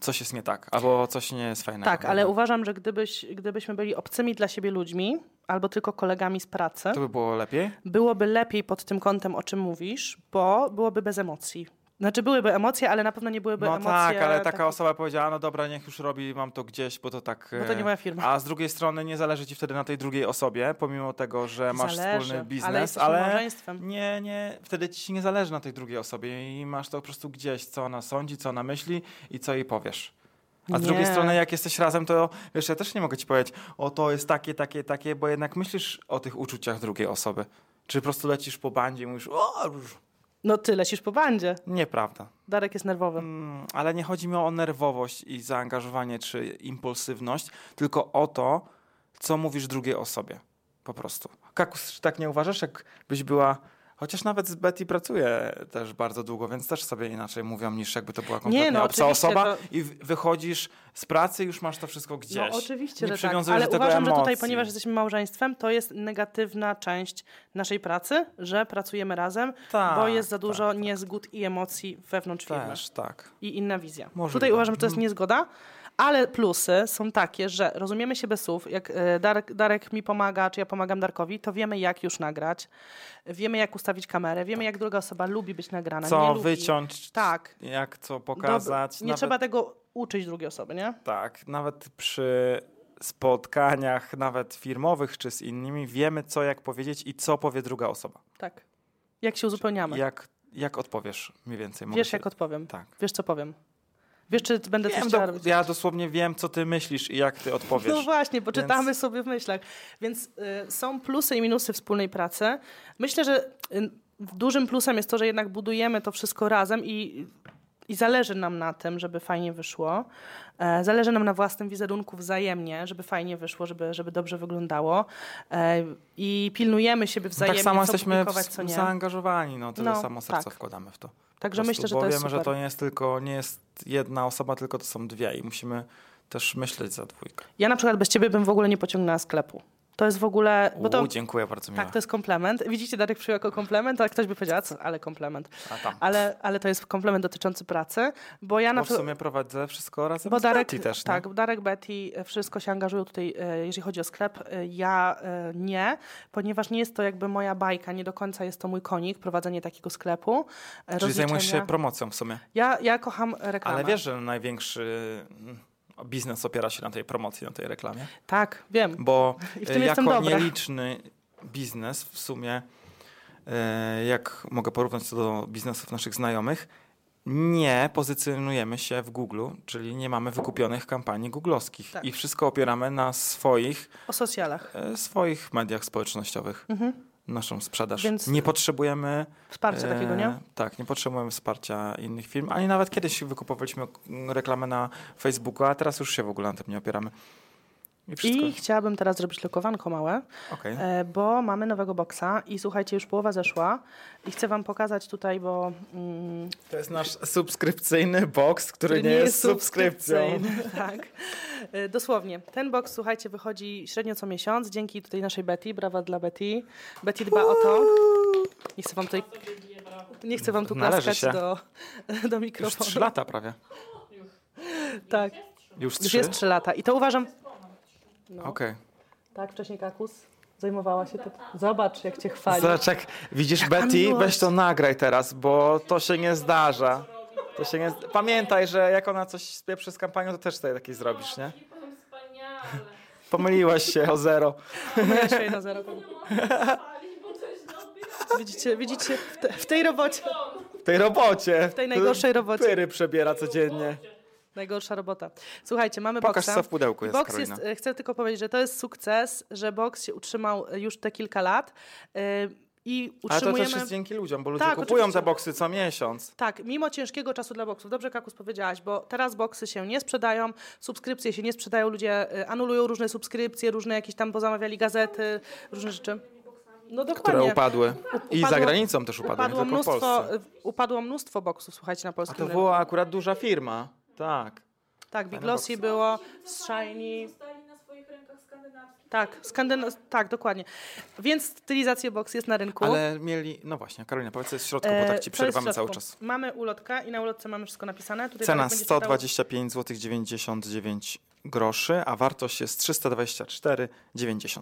A: coś jest nie tak, albo coś nie jest fajnego.
B: Tak, ale uważam, że gdybyś, gdybyśmy byli obcymi dla siebie ludźmi albo tylko kolegami z pracy,
A: To by było lepiej?
B: byłoby lepiej pod tym kątem, o czym mówisz, bo byłoby bez emocji. Znaczy byłyby emocje, ale na pewno nie byłyby
A: No
B: emocje.
A: tak, ale taka
B: takie-
A: osoba powiedziała, no dobra, niech już robi, mam to gdzieś, bo to tak...
B: Bo to nie
A: e,
B: moja firma.
A: A z drugiej strony nie zależy ci wtedy na tej drugiej osobie, pomimo tego, że masz
B: Zależy,
A: wspólny
B: ale
A: biznes,
B: jesteśmy
A: ale...
B: małżeństwem.
A: Nie, nie, wtedy ci nie zależy na tej drugiej osobie i masz to po prostu gdzieś, co ona sądzi, co ona myśli i co jej powiesz. A z
B: Nie.
A: drugiej strony, jak jesteś razem, to wiesz, ja też nie mogę ci powiedzieć, o to jest takie, takie, takie, bo jednak myślisz o tych uczuciach drugiej osoby. Czy po prostu lecisz po bandzie i mówisz, o,
B: No ty lecisz po bandzie.
A: nieprawda.
B: Darek jest nerwowy.
A: Mm, ale nie chodzi mi o nerwowość i zaangażowanie czy impulsywność, tylko o to, co mówisz drugiej osobie. Po prostu. Kakus, czy tak nie uważasz, jakbyś była. Chociaż nawet z Betty pracuję też bardzo długo, więc też sobie inaczej mówią niż jakby to była kompletnie
B: no,
A: obca
B: oczywiście
A: osoba
B: to-
A: i w- wychodzisz z pracy i już masz to wszystko gdzieś.
B: No oczywiście,
A: nie
B: że tak,
A: przywiązujesz
B: ale
A: do tego
B: uważam, że tutaj,
A: emocji.
B: ponieważ jesteśmy małżeństwem, to jest negatywna część naszej pracy, że pracujemy razem,
A: Tak,
B: bo jest za dużo
A: tak,
B: niezgód i emocji wewnątrz firmy.
A: Też, tak.
B: i inna wizja.
A: Możliwe. Mhm.
B: Tutaj uważam, że to jest niezgoda, ale plusy są takie, że rozumiemy się bez słów. Jak e, Darek, Darek mi pomaga, czy ja pomagam Darkowi, to wiemy, jak już nagrać, wiemy, jak ustawić kamerę, wiemy, jak druga osoba lubi być nagrana.
A: Tak. Co
B: nie
A: wyciąć,
B: Lubi. Tak.
A: jak co pokazać.
B: Dob- nie
A: nawet-
B: trzeba tego uczyć drugiej osoby, nie?
A: Tak, nawet przy spotkaniach, nawet firmowych czy z innymi, wiemy co jak powiedzieć i co powie druga osoba.
B: Tak. Jak się uzupełniamy.
A: Jak, jak odpowiesz mniej więcej? Mogę
B: Wiesz,
A: się-
B: jak odpowiem.
A: Tak.
B: Wiesz, co powiem. Wiesz, czy będę coś
A: Wiem,
B: chciała
A: do,
B: robić?
A: ja dosłownie wiem, co ty myślisz i jak ty odpowiesz.
B: No właśnie, bo
A: Więc-
B: czytamy sobie w myślach. Więc y, są plusy i minusy wspólnej pracy. Myślę, że y, dużym plusem jest to, że jednak budujemy to wszystko razem i, i zależy nam na tym, żeby fajnie wyszło. E, zależy nam na własnym wizerunku wzajemnie, żeby fajnie wyszło, żeby, żeby dobrze wyglądało. E, I pilnujemy siebie
A: No
B: wzajemnie,
A: tak samo
B: co
A: jesteśmy w,
B: publikować, co nie.
A: zaangażowani, no tyle
B: No,
A: samo serca
B: tak.
A: wkładamy w to.
B: Także
A: Po prostu,
B: myślę, że
A: bo
B: to jest
A: wiemy,
B: super.
A: że to nie jest tylko, nie jest jedna osoba, tylko to są dwie i musimy też myśleć za dwójkę.
B: Ja na przykład bez ciebie bym w ogóle nie pociągnęła sklepu. To jest w ogóle... Bo to,
A: U, dziękuję bardzo miło.
B: tak, to jest komplement. Widzicie, Darek przyjął jako komplement, a ktoś by powiedział, a co, ale komplement.
A: A tam.
B: Ale, ale to jest komplement dotyczący pracy, bo ja na
A: Bo No w
B: przykład.
A: sumie prowadzę wszystko razem
B: Bo
A: z
B: Darek,
A: Betty też, nie?
B: tak, Darek, Betty, e, wszystko się angażują tutaj, e, jeżeli chodzi o sklep. E, Ja e, nie, ponieważ nie jest to jakby moja bajka, nie do końca jest to mój konik, prowadzenie takiego sklepu. e,
A: Czyli zajmujesz się
B: rozliczenia.
A: promocją w sumie.
B: Ja, ja kocham reklamę.
A: Ale wiesz, że największy mm, biznes opiera się na tej promocji, na tej reklamie?
B: Tak, wiem.
A: Bo
B: I w
A: e,
B: tym
A: jako
B: jestem dobra.
A: nieliczny biznes w sumie, e, jak mogę porównać to do biznesów naszych znajomych, nie pozycjonujemy się w Google, czyli nie mamy wykupionych kampanii googlowskich
B: Tak.
A: i wszystko opieramy na swoich,
B: O socjalach.
A: e, swoich mediach społecznościowych. Naszą sprzedaż.
B: Mhm. Więc-
A: Nie potrzebujemy
B: Wsparcie takiego,
A: E,
B: nie?
A: Tak, nie potrzebujemy wsparcia innych firm, ani nawet kiedyś wykupowaliśmy mm, reklamę na Facebooku, a teraz już się w ogóle na tym nie opieramy. I wszystko.
B: I chciałabym teraz zrobić lokowanko małe.
A: Okej.
B: E, bo mamy nowego boksa i słuchajcie, już połowa zeszła i chcę wam pokazać tutaj, bo mm,
A: To jest nasz subskrypcyjny box, który, nie, jest subskrypcją.
B: subskrypcyjny, tak. E, Dosłownie. Ten box, słuchajcie, wychodzi średnio co miesiąc, dzięki tutaj naszej Betty. Brawa dla Betty. Betty dba o to. Nie chcę wam tutaj... Nie chcę wam tu
A: Należy
B: klaskać
A: się.
B: do, do
A: Już
B: mikrofonu.
A: trzy lata prawie.
B: Tak,
A: Już
B: już
A: trzy?
B: jest 3 lata. I to uważam... No.
A: Okej.
B: Tak, wcześniej kakus zajmowała się tym. Zobacz, jak cię chwali.
A: Zobacz, jak widzisz Betty,
B: miłość.
A: weź to nagraj teraz, bo to się nie zdarza. To się nie... Pamiętaj, że jak ona coś spieprzy z kampanią, to też sobie taki zrobisz, nie?
C: Wspaniale.
A: Pomyliłaś się o zero.
B: Pomyliłaś się na zero.
C: Nie można spalić, bo coś dobiera.
B: Widzicie, widzicie w, te, w tej robocie.
A: W tej robocie. W
B: tej najgorszej robocie.
A: Yy, Pyry przebiera codziennie.
B: Najgorsza robota. Słuchajcie, mamy
A: Pokaż,
B: boksa.
A: co w pudełku jest,
B: Boks
A: Karolina.
B: jest, e, chcę tylko powiedzieć, że to jest sukces, że boks się utrzymał e, już te kilka lat e, i
A: Ale to
B: utrzymujemy...
A: też jest dzięki ludziom, bo ludzie
B: Tak,
A: kupują
B: oczywiście.
A: te boksy co miesiąc.
B: Tak, mimo ciężkiego czasu dla boksów. Dobrze, Kakus, powiedziałaś, bo teraz boksy się nie sprzedają, subskrypcje się nie sprzedają, ludzie e, anulują różne subskrypcje, różne jakieś tam, bo zamawiali gazety, różne rzeczy. No
A: Które
B: dokładnie.
A: upadły. I
B: Upadło-
A: za granicą też upadły,
B: Upadło
A: nie tylko w
B: mnóstwo,
A: Polsce.
B: e, upadło mnóstwo boksów, słuchajcie, na
A: A
B: polskim
A: to
B: rynku.
A: była akurat duża firma. Tak.
B: Tak, Big
A: Fajne
B: Lossy
A: boksy.
B: było,
C: Zostali-
B: Shiny,
C: Zostali na swoich rękach skandynawskich.
B: Tak, skandyna- tak, dokładnie. Więc stylizacja box jest na rynku.
A: Ale mieli... No właśnie, Karolina, powiedz co jest w środku,
B: E,
A: bo tak
B: co
A: ci
B: jest
A: przerywamy
B: w
A: cały
B: środku?
A: czas.
B: Mamy ulotkę i na ulotce mamy wszystko napisane. Tutaj
A: Cena
B: Darek będzie czytał-
A: 125 zł 99 groszy, a wartość jest 324,90.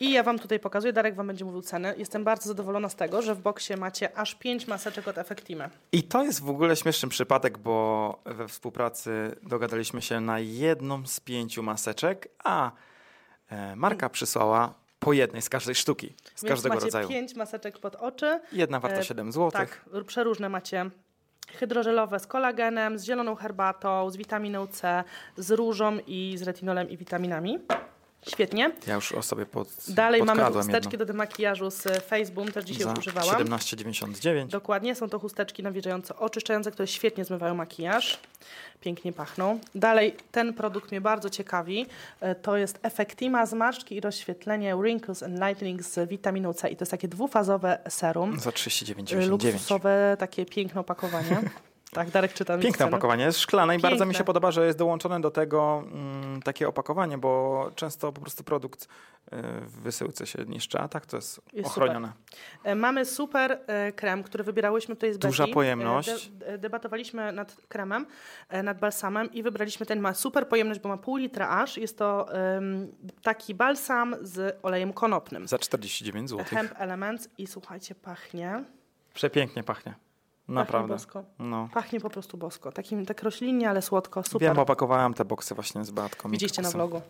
B: I ja wam tutaj pokazuję, Darek wam będzie mówił cenę. Jestem bardzo zadowolona z tego, że w boksie macie aż 5 maseczek od Effectime.
A: I to jest w ogóle śmieszny przypadek, bo we współpracy dogadaliśmy się na jedną z pięciu maseczek, a e, marka przysłała po jednej z każdej sztuki, z
B: Więc
A: każdego
B: macie
A: rodzaju.
B: 5 maseczek pod oczy.
A: Jedna warta
B: e,
A: 7 zł.
B: Tak, r- przeróżne macie hydrożelowe z kolagenem, z zieloną herbatą, z witaminą C, z różą i z retinolem i witaminami. Świetnie.
A: Ja już o sobie pod,
B: tak. Dalej mamy
A: podkradłem
B: chusteczki
A: jedną.
B: do demakijażu z Facebook, też dzisiaj
A: Za
B: już używałam.
A: 17,99.
B: Dokładnie, są to chusteczki nawilżające, oczyszczające, które świetnie zmywają makijaż. Pięknie pachną. Dalej, ten produkt mnie bardzo ciekawi. E, To jest Effectima zmarszczki i rozświetlenie Wrinkles and Lightening z witaminą C. I to jest takie dwufazowe serum.
A: Za
B: E,
A: 39,99.
B: Luksusowe, takie piękne opakowanie. tak, Darek czyta mi
A: Piękne
B: cenę.
A: opakowanie, jest szklane i bardzo mi
B: Piękne.
A: się podoba, że jest dołączone do tego mm, takie opakowanie, bo często po prostu produkt y, w wysyłce się niszczy, a tak to jest,
B: Jest super.
A: ochronione.
B: E, Mamy super e, krem, który wybierałyśmy tutaj z
A: Duża
B: Betty.
A: pojemność.
B: E, De, e, debatowaliśmy nad kremem, e, nad balsamem i wybraliśmy ten. Ma super pojemność, bo ma pół litra aż. Jest to em, taki balsam z olejem konopnym.
A: Za 49 zł.
B: Hemp Elements i słuchajcie, pachnie.
A: Przepięknie pachnie.
B: Pachnie
A: Naprawdę.
B: bosko.
A: No.
B: Pachnie po prostu bosko. Takim, tak roślinnie, ale słodko, super.
A: Wiem, bo opakowałem te boksy właśnie z Beatką.
B: Widzieliście na
A: Mikusem.
B: vlogu.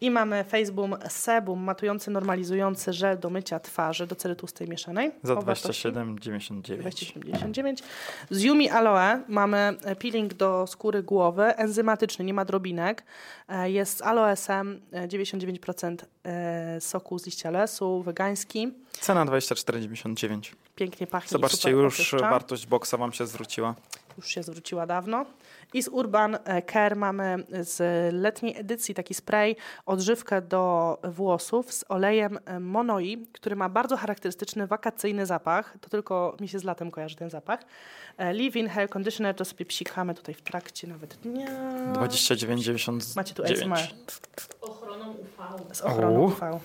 B: I mamy Faceboom Sebum, matujący, normalizujący żel do mycia twarzy do cery tłustej mieszanej.
A: Za
B: O wartości
A: 27,99.
B: 279. Z Yumi Aloe mamy e, peeling do skóry głowy, enzymatyczny, nie ma drobinek. E, Jest z aloesem, e, 99% e, soku z liścia lesu, wegański.
A: Cena 24,99.
B: Pięknie pachnie. i
A: Zobaczcie,
B: super
A: już
B: oczyszcza.
A: wartość boksa wam się
B: No,
A: zwróciła.
B: już się zwróciła dawno. I z Urban e, Care mamy z letniej edycji taki spray, odżywkę do włosów z olejem e, Monoi, który ma bardzo charakterystyczny wakacyjny zapach. To tylko mi się z latem kojarzy ten zapach. E, Leave-in Hair Conditioner to sobie psikamy tutaj w trakcie nawet dnia.
A: 29,99.
B: Macie tu eczma
C: Ochroną UV.
B: z ochroną
A: Uuu.
B: UV.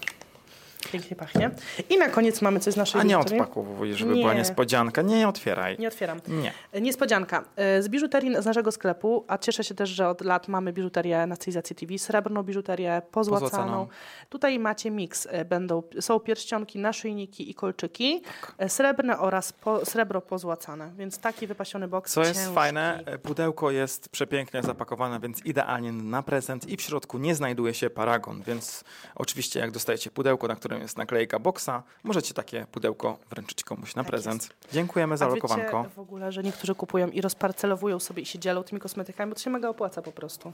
B: Pięknie pachnie. I na koniec mamy coś z naszej
A: A nie
B: biżuterii.
A: odpakowuj, żeby
B: Nie.
A: była niespodzianka. Nie otwieraj.
B: Nie otwieram.
A: Nie.
B: Niespodzianka. E, Z biżuterii z naszego sklepu, a cieszę się też, że od lat mamy biżuterię na Cywilizacji TV, srebrną biżuterię, pozłacaną.
A: Pozłacaną.
B: Tutaj macie miks. E, Będą, są pierścionki, naszyjniki i kolczyki,
A: Tak.
B: e, srebrne oraz po, srebro pozłacane. Więc taki wypasiony boks.
A: Co jest
B: ciężki.
A: fajne, e, pudełko jest przepięknie zapakowane, więc idealnie na prezent i w środku nie znajduje się paragon, więc oczywiście jak dostajecie pudełko, na którym jest naklejka boksa, możecie takie pudełko wręczyć komuś na
B: Tak
A: prezent. Dziękujemy za
B: A
A: lokowanko.
B: wiecie w ogóle, że niektórzy kupują i rozparcelowują sobie i się dzielą tymi kosmetykami, bo to się mega opłaca po prostu.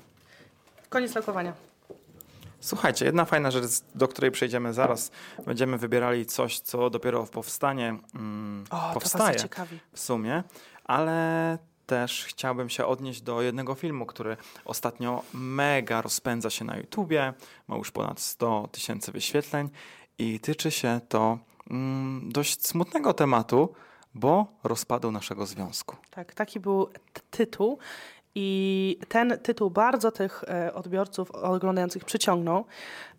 B: Koniec lokowania.
A: Słuchajcie, jedna fajna rzecz, do której przejdziemy zaraz. Będziemy wybierali coś, co dopiero powstanie, mm,
B: O, to
A: powstaje
B: was ciekawi.
A: w sumie, ale też chciałbym się odnieść do jednego filmu, który ostatnio mega rozpędza się na YouTubie, ma już ponad 100 tysięcy wyświetleń i tyczy się to mm, dość smutnego tematu, bo rozpadu naszego związku.
B: Tak, taki był t- tytuł. I ten tytuł bardzo tych e, odbiorców oglądających przyciągnął.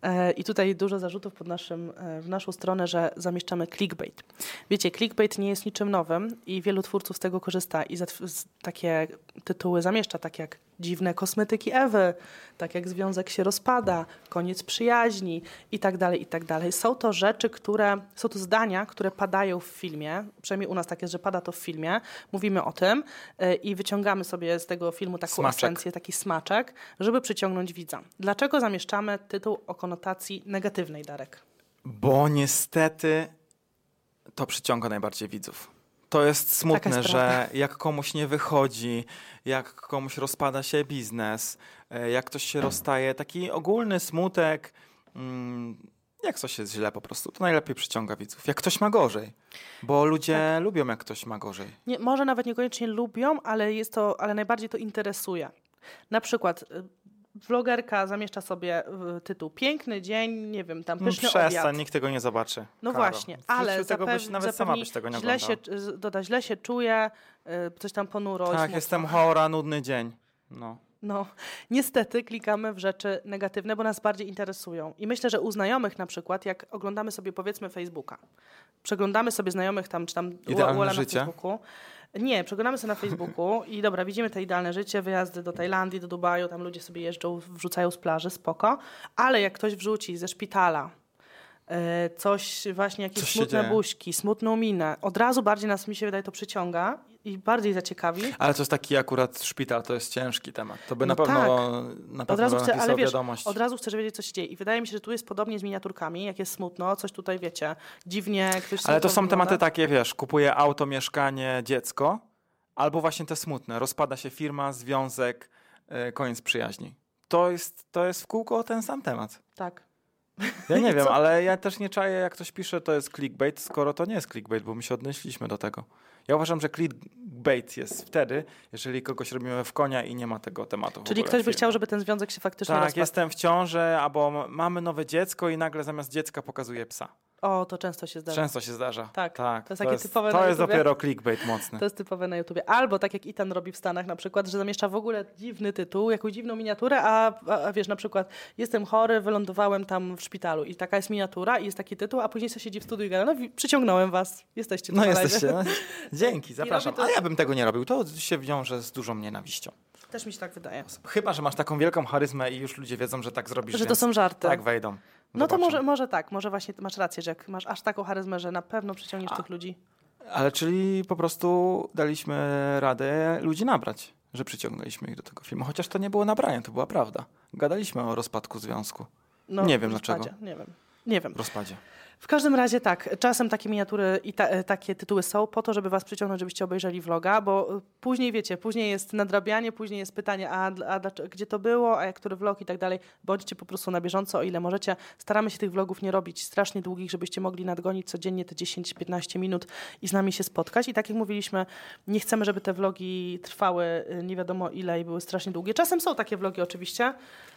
B: E, I tutaj dużo zarzutów pod naszym, e, w naszą stronę, że zamieszczamy clickbait. Wiecie, clickbait nie jest niczym nowym i wielu twórców z tego korzysta i zatw- z- takie tytuły zamieszcza, tak jak dziwne kosmetyki Ewy, tak jak związek się rozpada, koniec przyjaźni i tak dalej, i tak dalej. Są to rzeczy, które, są to zdania, które padają w filmie, przynajmniej u nas tak jest, że pada to w filmie, mówimy o tym y, i wyciągamy sobie z tego filmu taką
A: Smaczek.
B: esencję, taki smaczek, żeby przyciągnąć widza. Dlaczego zamieszczamy tytuł o konotacji negatywnej, Darek?
A: Bo niestety to przyciąga najbardziej widzów. To jest
B: Taka
A: smutne,
B: jest
A: że jak komuś nie wychodzi, jak komuś rozpada się biznes, e, jak ktoś się rozstaje, taki ogólny smutek, mm, jak coś jest źle po prostu, to najlepiej przyciąga widzów. Jak ktoś ma gorzej, bo ludzie
B: Tak.
A: lubią, jak ktoś ma gorzej.
B: Nie, może nawet niekoniecznie lubią, ale, jest to, ale najbardziej to interesuje. Na przykład y, vlogerka zamieszcza sobie y, tytuł Piękny dzień, nie wiem, tam
A: No
B: pyszny
A: przestań,
B: obiad.
A: nikt tego nie zobaczy.
B: No
A: Karo.
B: właśnie,
A: W życiu
B: ale
A: tego
B: zapew-
A: byś, nawet sama
B: zapewni
A: byś tego nie
B: źle
A: oglądał.
B: się, z- doda, źle się czuję, y, coś tam ponuro. i
A: Tak,
B: smutno.
A: jestem chora, nudny dzień. No.
B: No, niestety klikamy w rzeczy negatywne, bo nas bardziej interesują. I myślę, że u znajomych na przykład, jak oglądamy sobie powiedzmy Facebooka, przeglądamy sobie znajomych tam, czy tam
A: Idealne
B: Walla
A: życie?
B: na Facebooku. Nie, przeglądamy sobie na Facebooku i dobra, widzimy te idealne życie, wyjazdy do Tajlandii, do Dubaju, tam ludzie sobie jeżdżą, wrzucają z plaży, spoko. Ale jak ktoś wrzuci ze szpitala e, coś właśnie, jakieś
A: Coś się
B: smutne
A: dzieje.
B: buźki, smutną minę, od razu bardziej nas, mi się wydaje, to przyciąga i bardziej zaciekawi.
A: Ale to jest taki akurat szpital, to jest ciężki temat. To by
B: No
A: na pewno, na pewno
B: Od razu,
A: bym
B: chcę, ale
A: napisał
B: wiesz,
A: wiadomość.
B: od razu chcę, żeby wiedzieć, co się dzieje. I wydaje mi się, że tu jest podobnie z miniaturkami, jak jest smutno, coś tutaj, wiecie, dziwnie, ktoś
A: Ale
B: smutno
A: to są
B: wygląda.
A: tematy tak- takie, wiesz, kupuje auto, mieszkanie, dziecko, albo właśnie te smutne. Rozpada się firma, związek, e, koniec przyjaźni. To jest, to jest w kółko ten sam temat.
B: Tak.
A: Ja nie wiem,
B: Co?
A: ale ja też nie czaję, jak ktoś pisze, to jest clickbait, skoro to nie jest clickbait, bo my się odnieśliśmy do tego. Ja uważam, że clickbait jest wtedy, jeżeli kogoś robimy w konia i nie ma tego tematu. w
B: Czyli
A: ogóle w
B: ktoś by
A: filmie.
B: chciał, żeby ten związek się faktycznie
A: Tak,
B: rozpadł.
A: jestem w ciąży, albo m- mamy nowe dziecko i nagle zamiast dziecka pokazuje psa.
B: O, to często się zdarza.
A: Często się zdarza.
B: Tak,
A: tak.
B: to jest takie typowe na
A: To jest
B: YouTubie.
A: dopiero clickbait mocny.
B: To jest typowe na YouTubie. Albo tak jak Ethan robi w Stanach na przykład, że zamieszcza w ogóle dziwny tytuł, jakąś dziwną miniaturę, a, a, a wiesz, na przykład jestem chory, wylądowałem tam w szpitalu i taka jest miniatura i jest taki tytuł, a później się siedzi w studiu i gada, no wi- przyciągnąłem was, jesteście
A: No
B: na live.
A: jesteście. No, dzięki, zapraszam.
B: robi to-
A: Ale ja bym tego nie robił. To się wiąże z dużą nienawiścią.
B: Też mi się tak wydaje.
A: Chyba, że masz taką wielką charyzmę i już ludzie wiedzą, że tak zrobisz.
B: Że to
A: więc
B: są żarty.
A: Tak wejdą.
B: No to
A: Zobaczą.
B: może, może tak, może właśnie masz rację, że jak masz aż taką charyzmę, że na pewno przyciągniesz
A: A-
B: tych ludzi.
A: Ale czyli po prostu daliśmy radę ludzi nabrać, że przyciągnęliśmy ich do tego filmu. Chociaż to nie było nabranie, to była prawda. Gadaliśmy o rozpadku związku,
B: No,
A: Nie wiem
B: w
A: dlaczego.
B: zasadzie, Nie wiem. Nie wiem.
A: rozpadzie.
B: W każdym razie tak, czasem takie miniatury i ta, e, takie tytuły są po to, żeby was przyciągnąć, żebyście obejrzeli vloga, bo e, później wiecie, później jest nadrabianie, później jest pytanie, a, dl- a dlaczego, gdzie to było, a jak który vlog i tak dalej. Bądźcie po prostu na bieżąco, o ile możecie. Staramy się tych vlogów nie robić strasznie długich, żebyście mogli nadgonić codziennie te 10-15 minut i z nami się spotkać. I tak jak mówiliśmy, nie chcemy, żeby te vlogi trwały e, nie wiadomo ile i były strasznie długie. Czasem są takie vlogi oczywiście,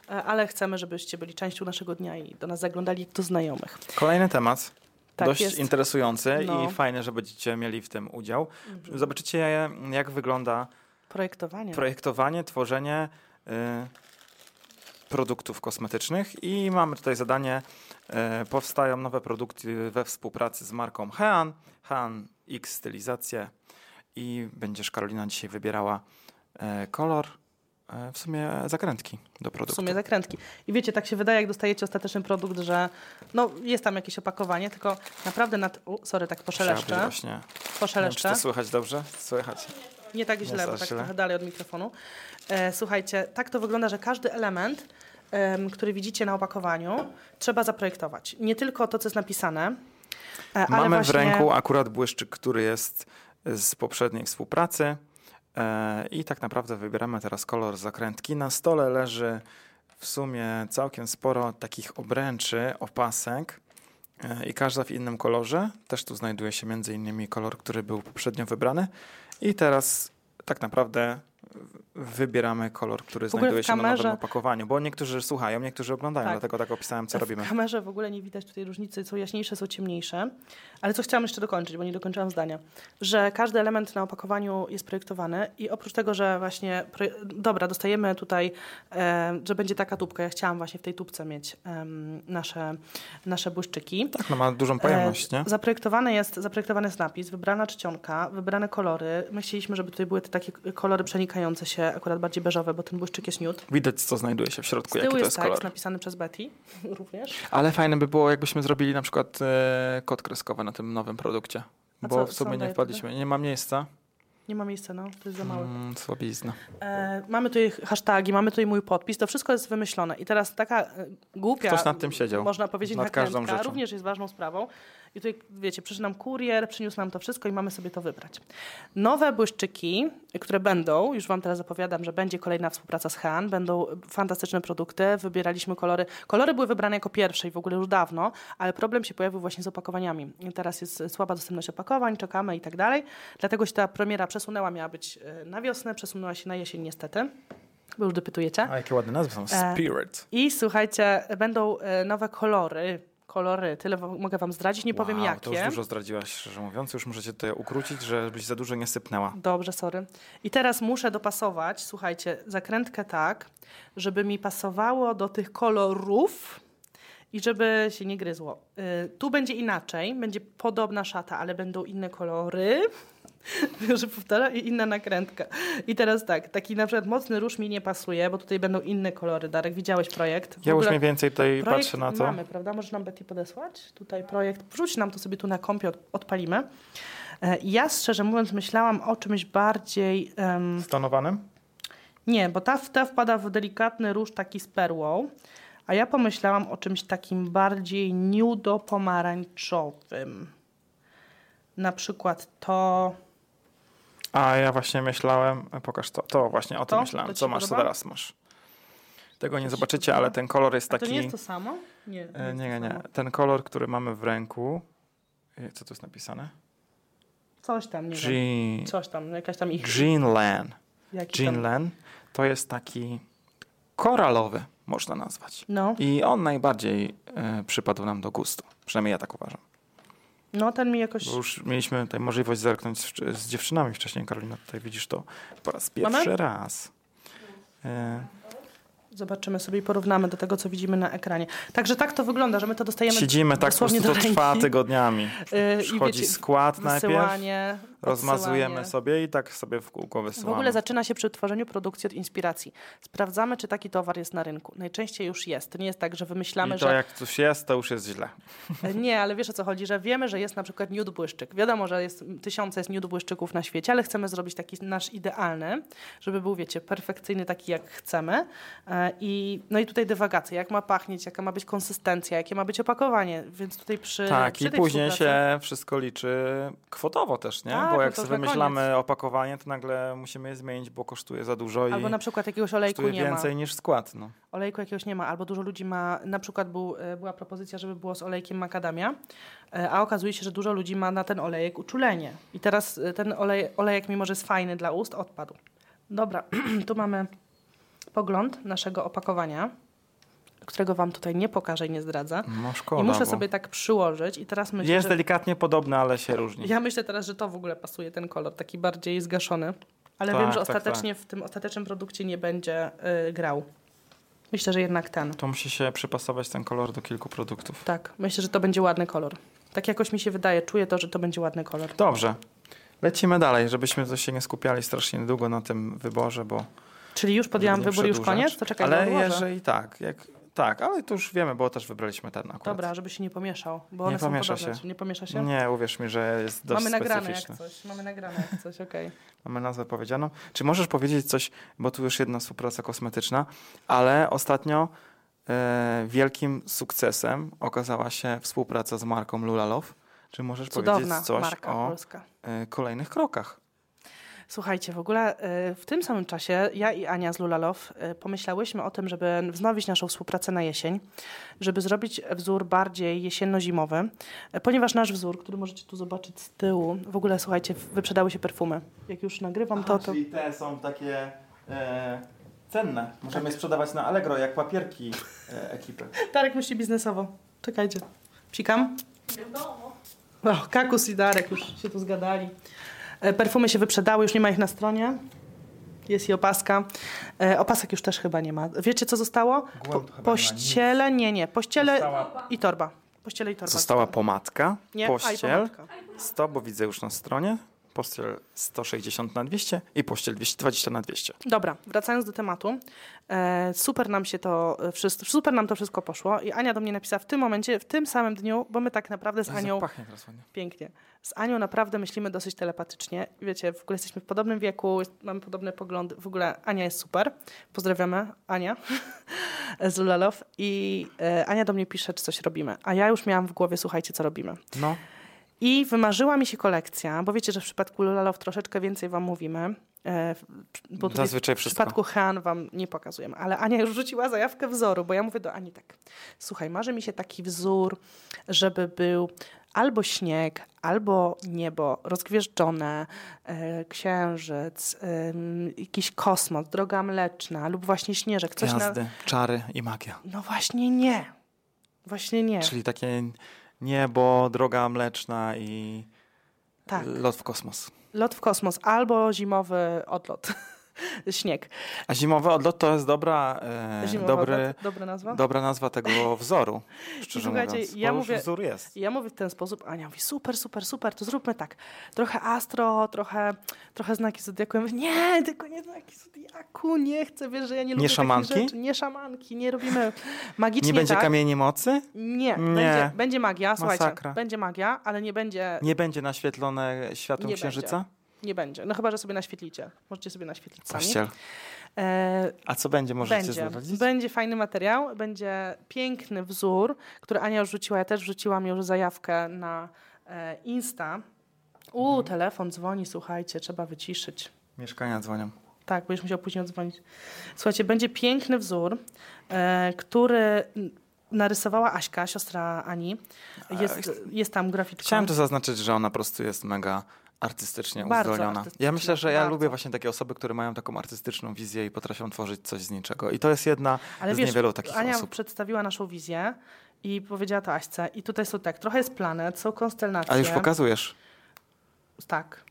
B: e, ale chcemy, żebyście byli częścią naszego dnia i do nas zaglądali jak do znajomych.
A: Kolejny temat.
B: Tak
A: Dość
B: jest.
A: interesujący
B: No.
A: i fajne, że będziecie mieli w tym udział. Zobaczycie, jak wygląda
B: Projektowanie.
A: projektowanie, tworzenie y, produktów kosmetycznych i mamy tutaj zadanie, y, powstają nowe produkty we współpracy z marką Hean, Hean X stylizację i będziesz Karolina dzisiaj wybierała y, kolor, y, w sumie zakrętki do
B: w
A: produktu.
B: sumie zakrętki. I wiecie, tak się wydaje, jak dostajecie ostateczny produkt, że no, jest tam jakieś opakowanie, tylko naprawdę nad... U, sorry, tak
A: Chciałabyś
B: poszeleszczę.
A: Właśnie. Nie wiem, czy
B: Poszeleszczę.
A: no, to słychać dobrze? Słychać.
B: Nie tak
A: Nie
B: źle, bo
A: za
B: tak
A: źle.
B: trochę dalej od mikrofonu. E, słuchajcie, tak to wygląda, że każdy element, em, który widzicie na opakowaniu, trzeba zaprojektować. Nie tylko to, co jest napisane, e, ale
A: Mamy
B: właśnie...
A: w ręku akurat błyszczyk, który jest z poprzedniej współpracy e, i tak naprawdę wybieramy teraz kolor zakrętki. Na stole leży w sumie całkiem sporo takich obręczy, opasek e, i każda w innym kolorze. Też tu znajduje się między innymi kolor, który był poprzednio wybrany i teraz tak naprawdę w- wybieramy kolor, który
B: ogóle w
A: znajduje się na
B: kamerze-
A: nowym opakowaniu, bo niektórzy słuchają, niektórzy oglądają,
B: Tak.
A: dlatego tak opisałem, co robimy.
B: W kamerze w ogóle nie widać tutaj różnicy, są jaśniejsze, są ciemniejsze. Ale co chciałam jeszcze dokończyć, bo nie dokończyłam zdania, że każdy element na opakowaniu jest projektowany i oprócz tego, że właśnie, proje- dobra, dostajemy tutaj, e, że będzie taka tubka, ja chciałam właśnie w tej tubce mieć em, nasze, nasze błyszczyki.
A: Tak, no ma dużą pojemność,
B: E,
A: nie?
B: Zaprojektowany jest, zaprojektowany jest napis, wybrana czcionka, wybrane kolory. My chcieliśmy, żeby tutaj były te takie kolory przenikające się, akurat bardziej beżowe, bo ten błyszczyk jest niut.
A: Widać, co znajduje się w środku,
B: Z
A: jaki
B: tyłu
A: to
B: jest
A: jest
B: tekst
A: kolor.
B: napisany przez Betty również.
A: Ale fajne by było, jakbyśmy zrobili na przykład e, kod kreskowy na tym nowym produkcie.
B: A
A: Bo
B: co-
A: w
B: co on
A: sumie nie
B: daje
A: wpadliśmy. Nie ma miejsca.
B: Nie ma miejsca, no, to jest za mały.
A: Mm, słabizna.
B: E, mamy tutaj hasztagi, mamy tutaj mój podpis, to wszystko jest wymyślone. I teraz taka e, głupia.
A: Ktoś nad tym siedział,
B: Można powiedzieć,
A: nad każdą
B: nakrętka,
A: rzeczą.
B: również jest ważną sprawą. I tutaj, wiecie, przyszedł nam kurier, przyniósł nam to wszystko i mamy sobie to wybrać. Nowe błyszczyki, które będą, już Wam teraz zapowiadam, że będzie kolejna współpraca z Han, będą fantastyczne produkty, wybieraliśmy kolory. Kolory były wybrane jako pierwsze i w ogóle już dawno, ale problem się pojawił właśnie z opakowaniami. Teraz jest słaba dostępność opakowań, czekamy i tak dalej. Dlatego się ta premiera przesunęła, miała być e, na wiosnę, przesunęła się na jesień niestety, bo już dopytujecie.
A: A jakie ładne nazwy są.
B: E,
A: Spirit.
B: I słuchajcie, będą e, nowe kolory. Kolory, tyle w- mogę Wam zdradzić, nie powiem
A: wow,
B: jakie.
A: To już dużo zdradziłaś, szczerze mówiąc. Już muszę cię tutaj ukrócić, żebyś za dużo nie sypnęła.
B: Dobrze, sorry. I teraz muszę dopasować, słuchajcie, zakrętkę tak, żeby mi pasowało do tych kolorów i żeby się nie gryzło. Y, tu będzie inaczej, będzie podobna szata, ale będą inne kolory. Że powtarza i inna nakrętka. I teraz tak, taki na przykład mocny róż mi nie pasuje, bo tutaj będą inne kolory. Darek, widziałeś projekt? W
A: Ja już
B: ogóle-
A: mniej więcej tutaj
B: projekt
A: patrzę na to.
B: mamy, prawda? Możesz nam Betty podesłać? Tutaj projekt, wrzuć nam to sobie tu na kompie, od, odpalimy. E, Ja szczerze mówiąc myślałam o czymś bardziej... em,
A: Stanowanym?
B: nie, bo ta, ta wpada w delikatny róż taki z perłą, a ja pomyślałam o czymś takim bardziej niudo-pomarańczowym. Na przykład to...
A: A ja właśnie myślałem, e, pokaż to. To właśnie o tym
B: To?
A: myślałem.
B: To ci
A: co
B: się
A: masz, co
B: podoba?
A: teraz masz. Tego nie
B: ci się
A: zobaczycie,
B: podoba?
A: ale ten kolor jest
B: A
A: taki.
B: to nie jest to samo? Nie,
A: E,
B: jest
A: Nie, nie,
B: to
A: nie.
B: samo.
A: Ten kolor, który mamy w ręku. e, Co tu jest napisane?
B: Coś tam, nie wiem.
A: Jean,
B: Coś tam, jakaś tam ich...
A: Jeanlan.
B: jakiś tam-
A: Jeanlan to jest taki koralowy, można nazwać.
B: No,
A: I on najbardziej e, przypadł nam do gustu. Przynajmniej ja tak uważam.
B: no ten mi jakoś...
A: Bo już mieliśmy tutaj możliwość zerknąć z, z dziewczynami wcześniej. Karolina, tutaj widzisz to po raz
B: Mamy?
A: pierwszy raz. E,
B: Zobaczymy sobie i porównamy do tego, co widzimy na ekranie. Także tak to wygląda, że my to dostajemy
A: siedzimy tak, po
B: dosłownie
A: prostu to
B: do ręki.
A: trwa tygodniami.
B: Yy, i
A: Przychodzi
B: wiecie,
A: skład najpierw.
B: wysyłanie,
A: rozmazujemy
B: Odsyłanie.
A: sobie i tak sobie w kółko
B: W
A: wysyłamy.
B: ogóle zaczyna się przy tworzeniu produkcji od inspiracji. Sprawdzamy, czy taki towar jest na rynku. Najczęściej już jest. To nie jest tak, że wymyślamy,
A: I to
B: że.
A: jak coś jest, to już jest źle.
B: Nie, ale wiesz o co chodzi, że wiemy, że jest na przykład niód błyszczyk. Wiadomo, że jest tysiące jest niód błyszczyków na świecie, ale chcemy zrobić taki nasz idealny, żeby był, wiecie, perfekcyjny taki, jak chcemy. E, I, no i tutaj dywagacja, jak ma pachnieć, jaka ma być konsystencja, jakie ma być opakowanie, więc tutaj przy
A: Tak,
B: przy
A: i
B: tej
A: później
B: współpracy-
A: się wszystko liczy kwotowo też, nie?
B: Tak,
A: bo
B: no
A: jak
B: to
A: sobie
B: już na
A: wymyślamy opakowanie, to nagle musimy je zmienić, bo kosztuje za dużo
B: Albo
A: i
B: na przykład jakiegoś olejku
A: kosztuje
B: nie ma.
A: więcej niż skład. No.
B: Olejku jakiegoś nie ma, albo dużo ludzi ma, na przykład był, e, była propozycja, żeby było z olejkiem makadamia, e, a okazuje się, że dużo ludzi ma na ten olejek uczulenie. I teraz e, ten olej, olejek, mimo że jest fajny dla ust, odpadł. Dobra, tu mamy pogląd naszego opakowania, którego Wam tutaj nie pokażę i nie zdradzę.
A: No szkoda,
B: I muszę
A: bo
B: sobie tak przyłożyć i teraz myślę,
A: Jest
B: że...
A: delikatnie podobny, ale się różni.
B: Ja myślę teraz, że to w ogóle pasuje, ten kolor, taki bardziej zgaszony. Ale
A: Tak,
B: wiem, że
A: tak,
B: ostatecznie w tym ostatecznym produkcie nie będzie y, grał. Myślę, że jednak ten.
A: To musi się przypasować ten kolor do kilku produktów.
B: Tak, myślę, że to będzie ładny kolor. Tak jakoś mi się wydaje, czuję to, że to będzie ładny kolor.
A: Dobrze. Lecimy dalej, żebyśmy to się nie skupiali strasznie długo na tym wyborze, bo
B: Czyli już podjęłam
A: żeby nie
B: wybór, już
A: przedłużać.
B: koniec? To czekaj,
A: Ale
B: bo odłożę.
A: jeżeli tak, jak, tak, ale to już wiemy, bo też wybraliśmy ten akurat.
B: Dobra, żeby się nie pomieszał, bo
A: Nie
B: one są
A: pomiesza
B: podobne.
A: się.
B: Czy Nie pomiesza się?
A: Nie, uwierz mi, że jest dość
B: Mamy nagrane
A: specyficzny.
B: jak coś, mamy nagrane jak coś, okej.
A: Mamy nazwę powiedzianą. Czy możesz powiedzieć coś, bo tu już jedna współpraca kosmetyczna, ale ostatnio e, wielkim sukcesem okazała się współpraca z marką Lulalow. Czy możesz
B: Cudowna
A: powiedzieć coś
B: marka
A: o
B: polska.
A: e, kolejnych krokach?
B: Słuchajcie, w ogóle e, w tym samym czasie ja i Ania z Lulalow e, pomyślałyśmy o tym, żeby wznowić naszą współpracę na jesień, żeby zrobić wzór bardziej jesienno-zimowy, e, ponieważ nasz wzór, który możecie tu zobaczyć z tyłu, w ogóle słuchajcie, wyprzedały się perfumy. Jak już nagrywam to, to...
A: te są takie e, cenne. Możemy
B: Tak.
A: je sprzedawać na Allegro, jak papierki e, ekipy.
B: Darek myśli biznesowo. Czekajcie. Psikam?
C: Wiadomo.
B: O, kakus i Darek już się tu zgadali. E, Perfumy się wyprzedały, już nie ma ich na stronie. Jest i opaska. E, opasek już też chyba nie ma. Wiecie, co zostało?
A: Głąb chyba nie ma,
B: pościele, nie, nie. Pościele
A: Została-
B: i torba. Pościele i torba.
A: Została pomadka,
B: nie? A, i
A: pościel,
B: pomadka.
A: 100, bo widzę już na stronie, pościel 160 na 200 i pościel 220 na 200.
B: Dobra, wracając do tematu. E, super nam się to e, wszystko, super nam to wszystko poszło i Ania do mnie napisała w tym momencie, w tym samym dniu, bo my tak naprawdę z Anią
A: Pachnie teraz ładnie.
B: Pięknie. Z Anią naprawdę myślimy dosyć telepatycznie. Wiecie, w ogóle jesteśmy w podobnym wieku, jest- mamy podobne poglądy. W ogóle Ania jest super. Pozdrawiamy, Ania z Lulalow. I e, Ania do mnie pisze, czy coś robimy. A ja już miałam w głowie, słuchajcie, co robimy.
A: No,
B: I wymarzyła mi się kolekcja, bo wiecie, że w przypadku Lulalow troszeczkę więcej wam mówimy. E, w- bo tutaj
A: Zazwyczaj
B: w
A: wszystko.
B: przypadku Han wam nie pokazujemy, ale Ania już rzuciła zajawkę wzoru, bo ja mówię do Ani tak. Słuchaj, marzy mi się taki wzór, żeby był albo śnieg, albo niebo rozgwieżdżone, e, księżyc, em, jakiś kosmos, droga mleczna lub właśnie śnieżek. Coś na...
A: gwiazdy, czary i magia.
B: No właśnie nie. Właśnie nie.
A: Czyli takie niebo, droga mleczna i
B: Tak.
A: lot w kosmos.
B: Lot w kosmos albo zimowy odlot. Śnieg.
A: A zimowy odlot to jest dobra, e,
B: Zimowy
A: dobry,
B: odlot. Dobra nazwa?
A: dobra nazwa tego wzoru, szczerze
B: Słuchajcie,
A: mówiąc.
B: ja
A: bo już
B: mówię-
A: wzór jest.
B: I ja mówię w ten sposób, Ania mówi, super, super, super, to zróbmy tak. Trochę astro, trochę, trochę znaki zodiaku. Ja mówię, nie, tylko nie znaki zodiaku, nie chcę, wiesz, że ja nie lubię
A: szamanki?
B: takich rzeczy. Nie szamanki? Nie robimy magicznie
A: Nie będzie
B: tak.
A: kamieni mocy?
B: Nie,
A: Nie.
B: Będzie, będzie magia, słuchajcie,
A: Masakra.
B: będzie magia, ale nie będzie, nie.
A: Nie będzie naświetlone światłem
B: Nie
A: księżyca?
B: będzie. No chyba, że sobie naświetlicie. Możecie sobie naświetlić sami.
A: Pościel.
B: E,
A: A co będzie, możecie
B: będzie.
A: zdradzić?
B: Będzie fajny materiał, będzie piękny wzór, który Ania już rzuciła. Ja też rzuciłam już zajawkę na e, Insta. U,
A: Mhm.
B: telefon dzwoni, słuchajcie, trzeba wyciszyć.
A: Mieszkania dzwonią.
B: Tak, będziesz musiał później odzwonić. Słuchajcie, będzie piękny wzór, e, który n- narysowała Aśka, siostra Ani. Jest, jest tam graficzka.
A: Chciałem to zaznaczyć, że ona po prostu jest mega artystycznie
B: Bardzo
A: uzdolniona.
B: artystyczna,
A: ja myślę, że ja
B: bardzo.
A: lubię właśnie takie osoby, które mają taką artystyczną wizję i potrafią tworzyć coś z niczego. I to jest jedna
B: Ale
A: z
B: wiesz,
A: niewielu takich
B: Ania
A: osób.
B: przedstawiła naszą wizję i powiedziała to Aśce. I tutaj są tak, trochę jest planet, są konstelacje.
A: Ale już pokazujesz.
B: Tak.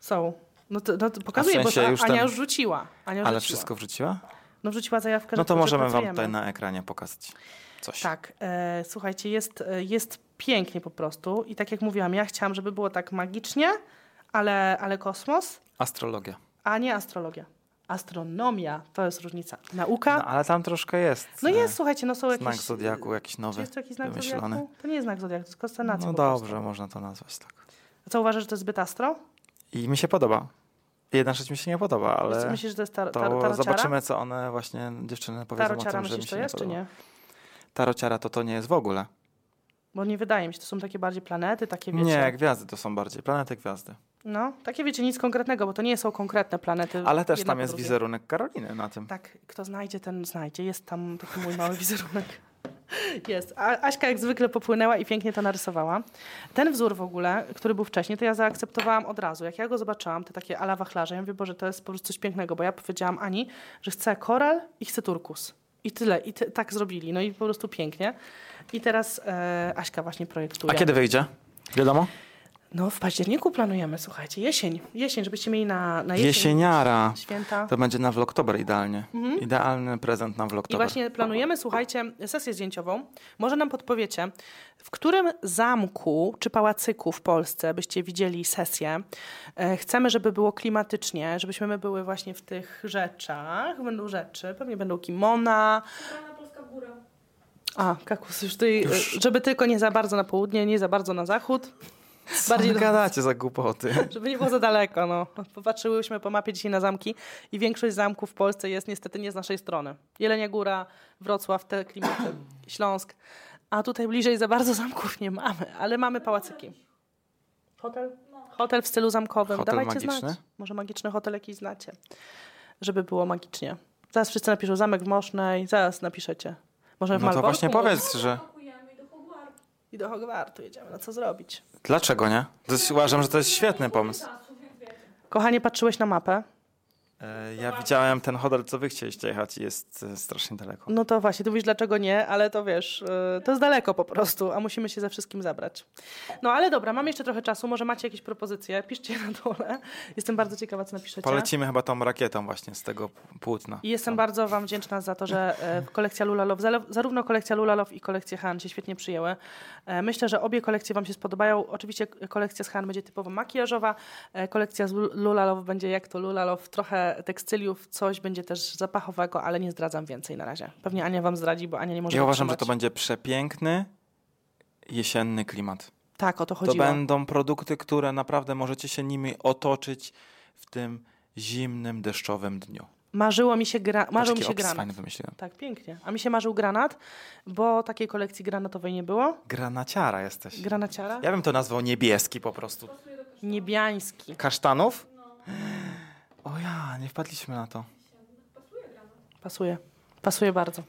B: Są. No to, no to pokazuję,
A: A w sensie
B: bo to,
A: już
B: Ania
A: ten-
B: już rzuciła. Ania już
A: Ale
B: rzuciła.
A: wszystko wrzuciła?
B: No wrzuciła zajawkę,
A: No
B: że-
A: to
B: że
A: możemy wam
B: pracujemy.
A: tutaj na ekranie pokazać coś.
B: Tak. E, słuchajcie, jest, e, jest pięknie po prostu i tak jak mówiłam, ja chciałam, żeby było tak magicznie, ale, ale kosmos,
A: Astrologia.
B: a nie astrologia. Astronomia to jest różnica. Nauka.
A: No, ale tam troszkę jest.
B: No
A: e,
B: jest, słuchajcie, no są
A: Znak
B: jakieś...
A: Zodiaku jakiś
B: Czy
A: nowy,
B: jest to jakiś znak
A: wymyślony.
B: zodiaku? To nie jest znak zodiaku, to jest konstelacja
A: No
B: po prostu.
A: dobrze, można to nazwać tak.
B: A Co uważasz, że to jest zbyt astro?
A: I mi się podoba. Jedna rzecz mi się nie podoba, ale
B: Ale... Myślisz, że to jest tar-
A: to
B: tar- tarociara?
A: zobaczymy, co one właśnie, dziewczyny powiedzą
B: Tarociara
A: o tym, że mi
B: myślisz,
A: się
B: to jest,
A: nie
B: czy
A: podoba.
B: nie?
A: Tarociara to to nie jest w ogóle.
B: Bo nie wydaje mi się, to są takie bardziej planety, takie wiecie...
A: Nie, gwiazdy to są bardziej, planety gwiazdy.
B: No, takie wiecie, nic konkretnego, bo to nie są konkretne planety.
A: Ale też
B: Yy, jedna
A: tam
B: po
A: jest
B: drugiej.
A: wizerunek Karoliny na tym.
B: Tak, kto znajdzie, ten znajdzie. Jest tam taki mój mały wizerunek. Jest. A Aśka jak zwykle popłynęła i pięknie to narysowała. Ten wzór w ogóle, który był wcześniej, to ja zaakceptowałam od razu. Jak ja go zobaczyłam, te takie ala wachlarze, ja mówię, Boże, to jest po prostu coś pięknego, bo ja powiedziałam Ani, że chcę koral i chcę turkus. I tyle. I te, tak zrobili. No i po prostu pięknie. I teraz e, Aśka właśnie projektuje.
A: A kiedy wyjdzie? Wiadomo?
B: No w październiku planujemy, słuchajcie, jesień. Jesień, żebyście mieli na, na jesień
A: Jesieniara.
B: święta.
A: To będzie na Vlogtober idealnie. Idealny prezent na
B: Mhm. I
A: Vlogtober.
B: właśnie planujemy, słuchajcie, sesję zdjęciową. Może nam podpowiecie, w którym zamku czy pałacyku w Polsce byście widzieli sesję? E, Chcemy, żeby było klimatycznie, żebyśmy my były właśnie w tych rzeczach. Będą rzeczy, pewnie będą kimona.
C: Centralna Polska Góra.
B: A, kakus, już tutaj, e,
A: Już.
B: żeby tylko nie za bardzo na południe, nie za bardzo na zachód.
A: Co
B: bardziej-
A: wy gadacie za głupoty.
B: Żeby nie było za daleko, no. Popatrzyłyśmy po mapie dzisiaj na zamki i większość zamków w Polsce jest niestety nie z naszej strony. Jelenia Góra, Wrocław, te klimaty, Śląsk. A tutaj bliżej za bardzo zamków nie mamy, ale mamy pałacyki. Hotel? Hotel w stylu zamkowym.
A: Hotel
B: Dawajcie
A: magiczny?
B: znać. Może magiczny hotel jakiś znacie. Żeby było magicznie. Zaraz wszyscy napiszą zamek w Mosznej, zaraz napiszecie. Może w
A: No to
B: Malborku?
A: właśnie powiedz, że
C: Pakujemy i do Hogwartu.
B: I do Hogwartu jedziemy, no co zrobić?
A: dlaczego nie? To jest, uważam, że to jest świetny pomysł.
C: Czasu, więc wiecie.
B: Kochanie, patrzyłeś na mapę?
A: E, Ja widziałem ten hotel, co wy chcieliście jechać i jest e, strasznie daleko.
B: No to właśnie, ty mówisz dlaczego nie, ale to wiesz, yy, to jest daleko po prostu, a musimy się ze wszystkim zabrać. No ale dobra, mam jeszcze trochę czasu, może macie jakieś propozycje, piszcie je na dole. Jestem bardzo ciekawa, co napiszecie.
A: Polecimy chyba tą rakietą właśnie z tego p- płótna.
B: I jestem bardzo Wam wdzięczna za to, że e, kolekcja Lulalow, zale- zarówno kolekcja Lulalow i kolekcja Han się świetnie przyjęły. E, Myślę, że obie kolekcje Wam się spodobają. Oczywiście k- kolekcja z Han będzie typowo makijażowa, e, kolekcja z Lu- Lulalow będzie jak to Lulalow, trochę tekstyliów, coś będzie też zapachowego, ale nie zdradzam więcej na razie. Pewnie Ania Wam zdradzi, bo Ania nie może tak
A: Ja uważam, że
B: wytrzymać.
A: to będzie przepiękny jesienny klimat.
B: Tak, o to
A: To
B: chodziło.
A: będą produkty, które naprawdę możecie się nimi otoczyć w tym zimnym, deszczowym dniu.
B: Marzyło mi się, gra... marzył mi
A: Taki
B: się
A: opis
B: granat.
A: fajny wymyśliłem.
B: Tak, pięknie. A mi się marzył granat, bo takiej kolekcji granatowej nie było.
A: Granaciara jesteś.
B: Granaciara?
A: Ja bym to nazwał niebieski po prostu.
B: Niebiański.
A: Kasztanów? O ja, nie wpadliśmy na to.
B: Pasuje. Pasuje bardzo.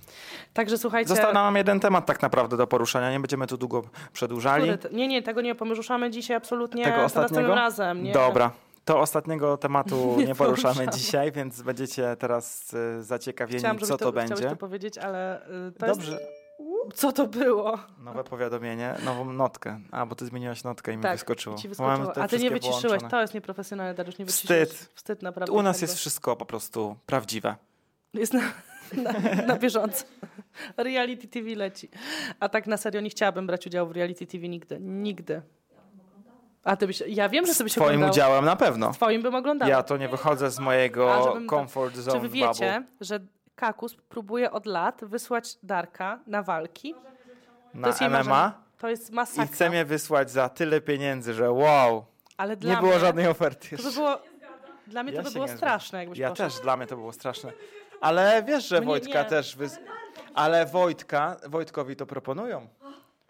B: Także słuchajcie...
A: Został nam jeden temat tak naprawdę do poruszenia. Nie będziemy tu długo przedłużali.
B: Który te- Nie, nie, tego nie pomruszamy dzisiaj absolutnie.
A: Tego
B: to
A: ostatniego?
B: następnym razem. Nie.
A: Dobra. To ostatniego tematu nie,
B: Nie
A: poruszamy
B: poruszamy.
A: dzisiaj, więc będziecie teraz y, zaciekawieni,
B: Chciałam, żebyś
A: co to
B: chciałeś
A: będzie.
B: to powiedzieć, ale y, to
A: Dobrze.
B: jest... Co to było?
A: Nowe powiadomienie, nową notkę. A, bo ty zmieniłaś notkę i mi
B: Tak,
A: wyskoczyło.
B: Ci
A: Mamy
B: wyskoczyło.
A: te
B: A ty nie
A: wszystkie
B: wyciszyłeś.
A: połączone.
B: To jest nieprofesjonalne, Dariusz, nie wyciszyłeś.
A: Wstyd.
B: Wstyd, naprawdę.
A: U nas
B: tego.
A: jest wszystko po prostu prawdziwe.
B: Jest na, na, na bieżąco. Reality TV leci. A tak na serio nie chciałabym brać udziału w reality TV nigdy. Nigdy. A ty byś, ja wiem, że ty
A: Z
B: byś
A: twoim
B: oglądał.
A: udziałem na pewno.
B: Z twoim bym oglądała.
A: Ja to nie wychodzę z
B: A,
A: mojego
B: żebym-
A: comfort zone
B: Czy wy
A: bubble.
B: wiecie, że Kakus próbuje od lat wysłać Darka na walki?
A: na
B: jest jej marzenie.
A: MMA
B: To jest
A: i chce
B: masakra.
A: mnie wysłać za tyle pieniędzy, że wow,
B: Ale dla
A: nie było
B: mnie,
A: żadnej oferty.
B: To by
A: jeszcze.
B: było, dla mnie
A: Ja
B: to by
A: się
B: było
A: nie znam.
B: straszne, jakbyś
A: Ja
B: poszedł.
A: też, dla mnie to było straszne. Ale wiesz, że
B: Mnie
A: Wojtka
B: nie.
A: też... Wys... Ale Wojtka, Wojtkowi to proponują.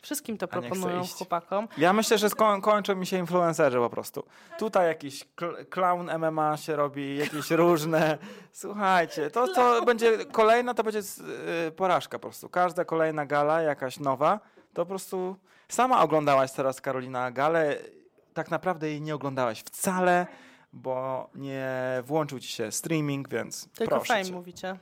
B: Wszystkim to
A: A nie chcę
B: proponują
A: iść.
B: chłopakom.
A: Ja myślę, że skoń, kończą mi się influencerzy po prostu. Tutaj jakiś kl- clown MMA się robi, jakieś różne. Słuchajcie, to, to będzie kolejna, to będzie s- y, porażka po prostu. Każda kolejna gala, jakaś nowa, to po prostu sama oglądałaś teraz Karolina galę, tak naprawdę jej nie oglądałaś wcale, bo nie włączył ci się streaming, więc
B: Tylko
A: proszę
B: fame
A: cię.
B: mówicie.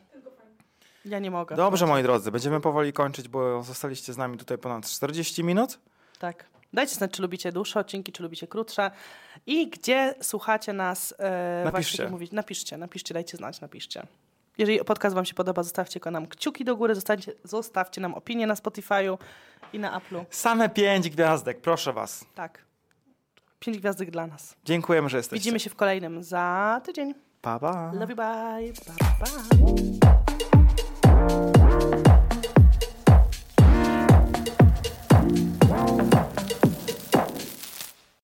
B: Ja nie mogę.
A: Dobrze, moi drodzy, będziemy powoli kończyć, bo zostaliście z nami tutaj ponad 40 minut.
B: Tak. Dajcie znać, czy lubicie dłuższe odcinki, czy lubicie krótsze i gdzie słuchacie nas. E,
A: Napiszcie.
B: właśnie Mówić. Napiszcie, napiszcie, dajcie znać, napiszcie. Jeżeli podcast wam się podoba, zostawcie go nam kciuki do góry, zostawcie, zostawcie nam opinię na Spotify'u i na Apple'u.
A: Same pięć gwiazdek, proszę was.
B: Tak. Pięć gwiazdek dla nas.
A: Dziękujemy, że jesteście.
B: Widzimy się w kolejnym za tydzień.
A: Pa, pa.
B: Love you, bye. bye, bye.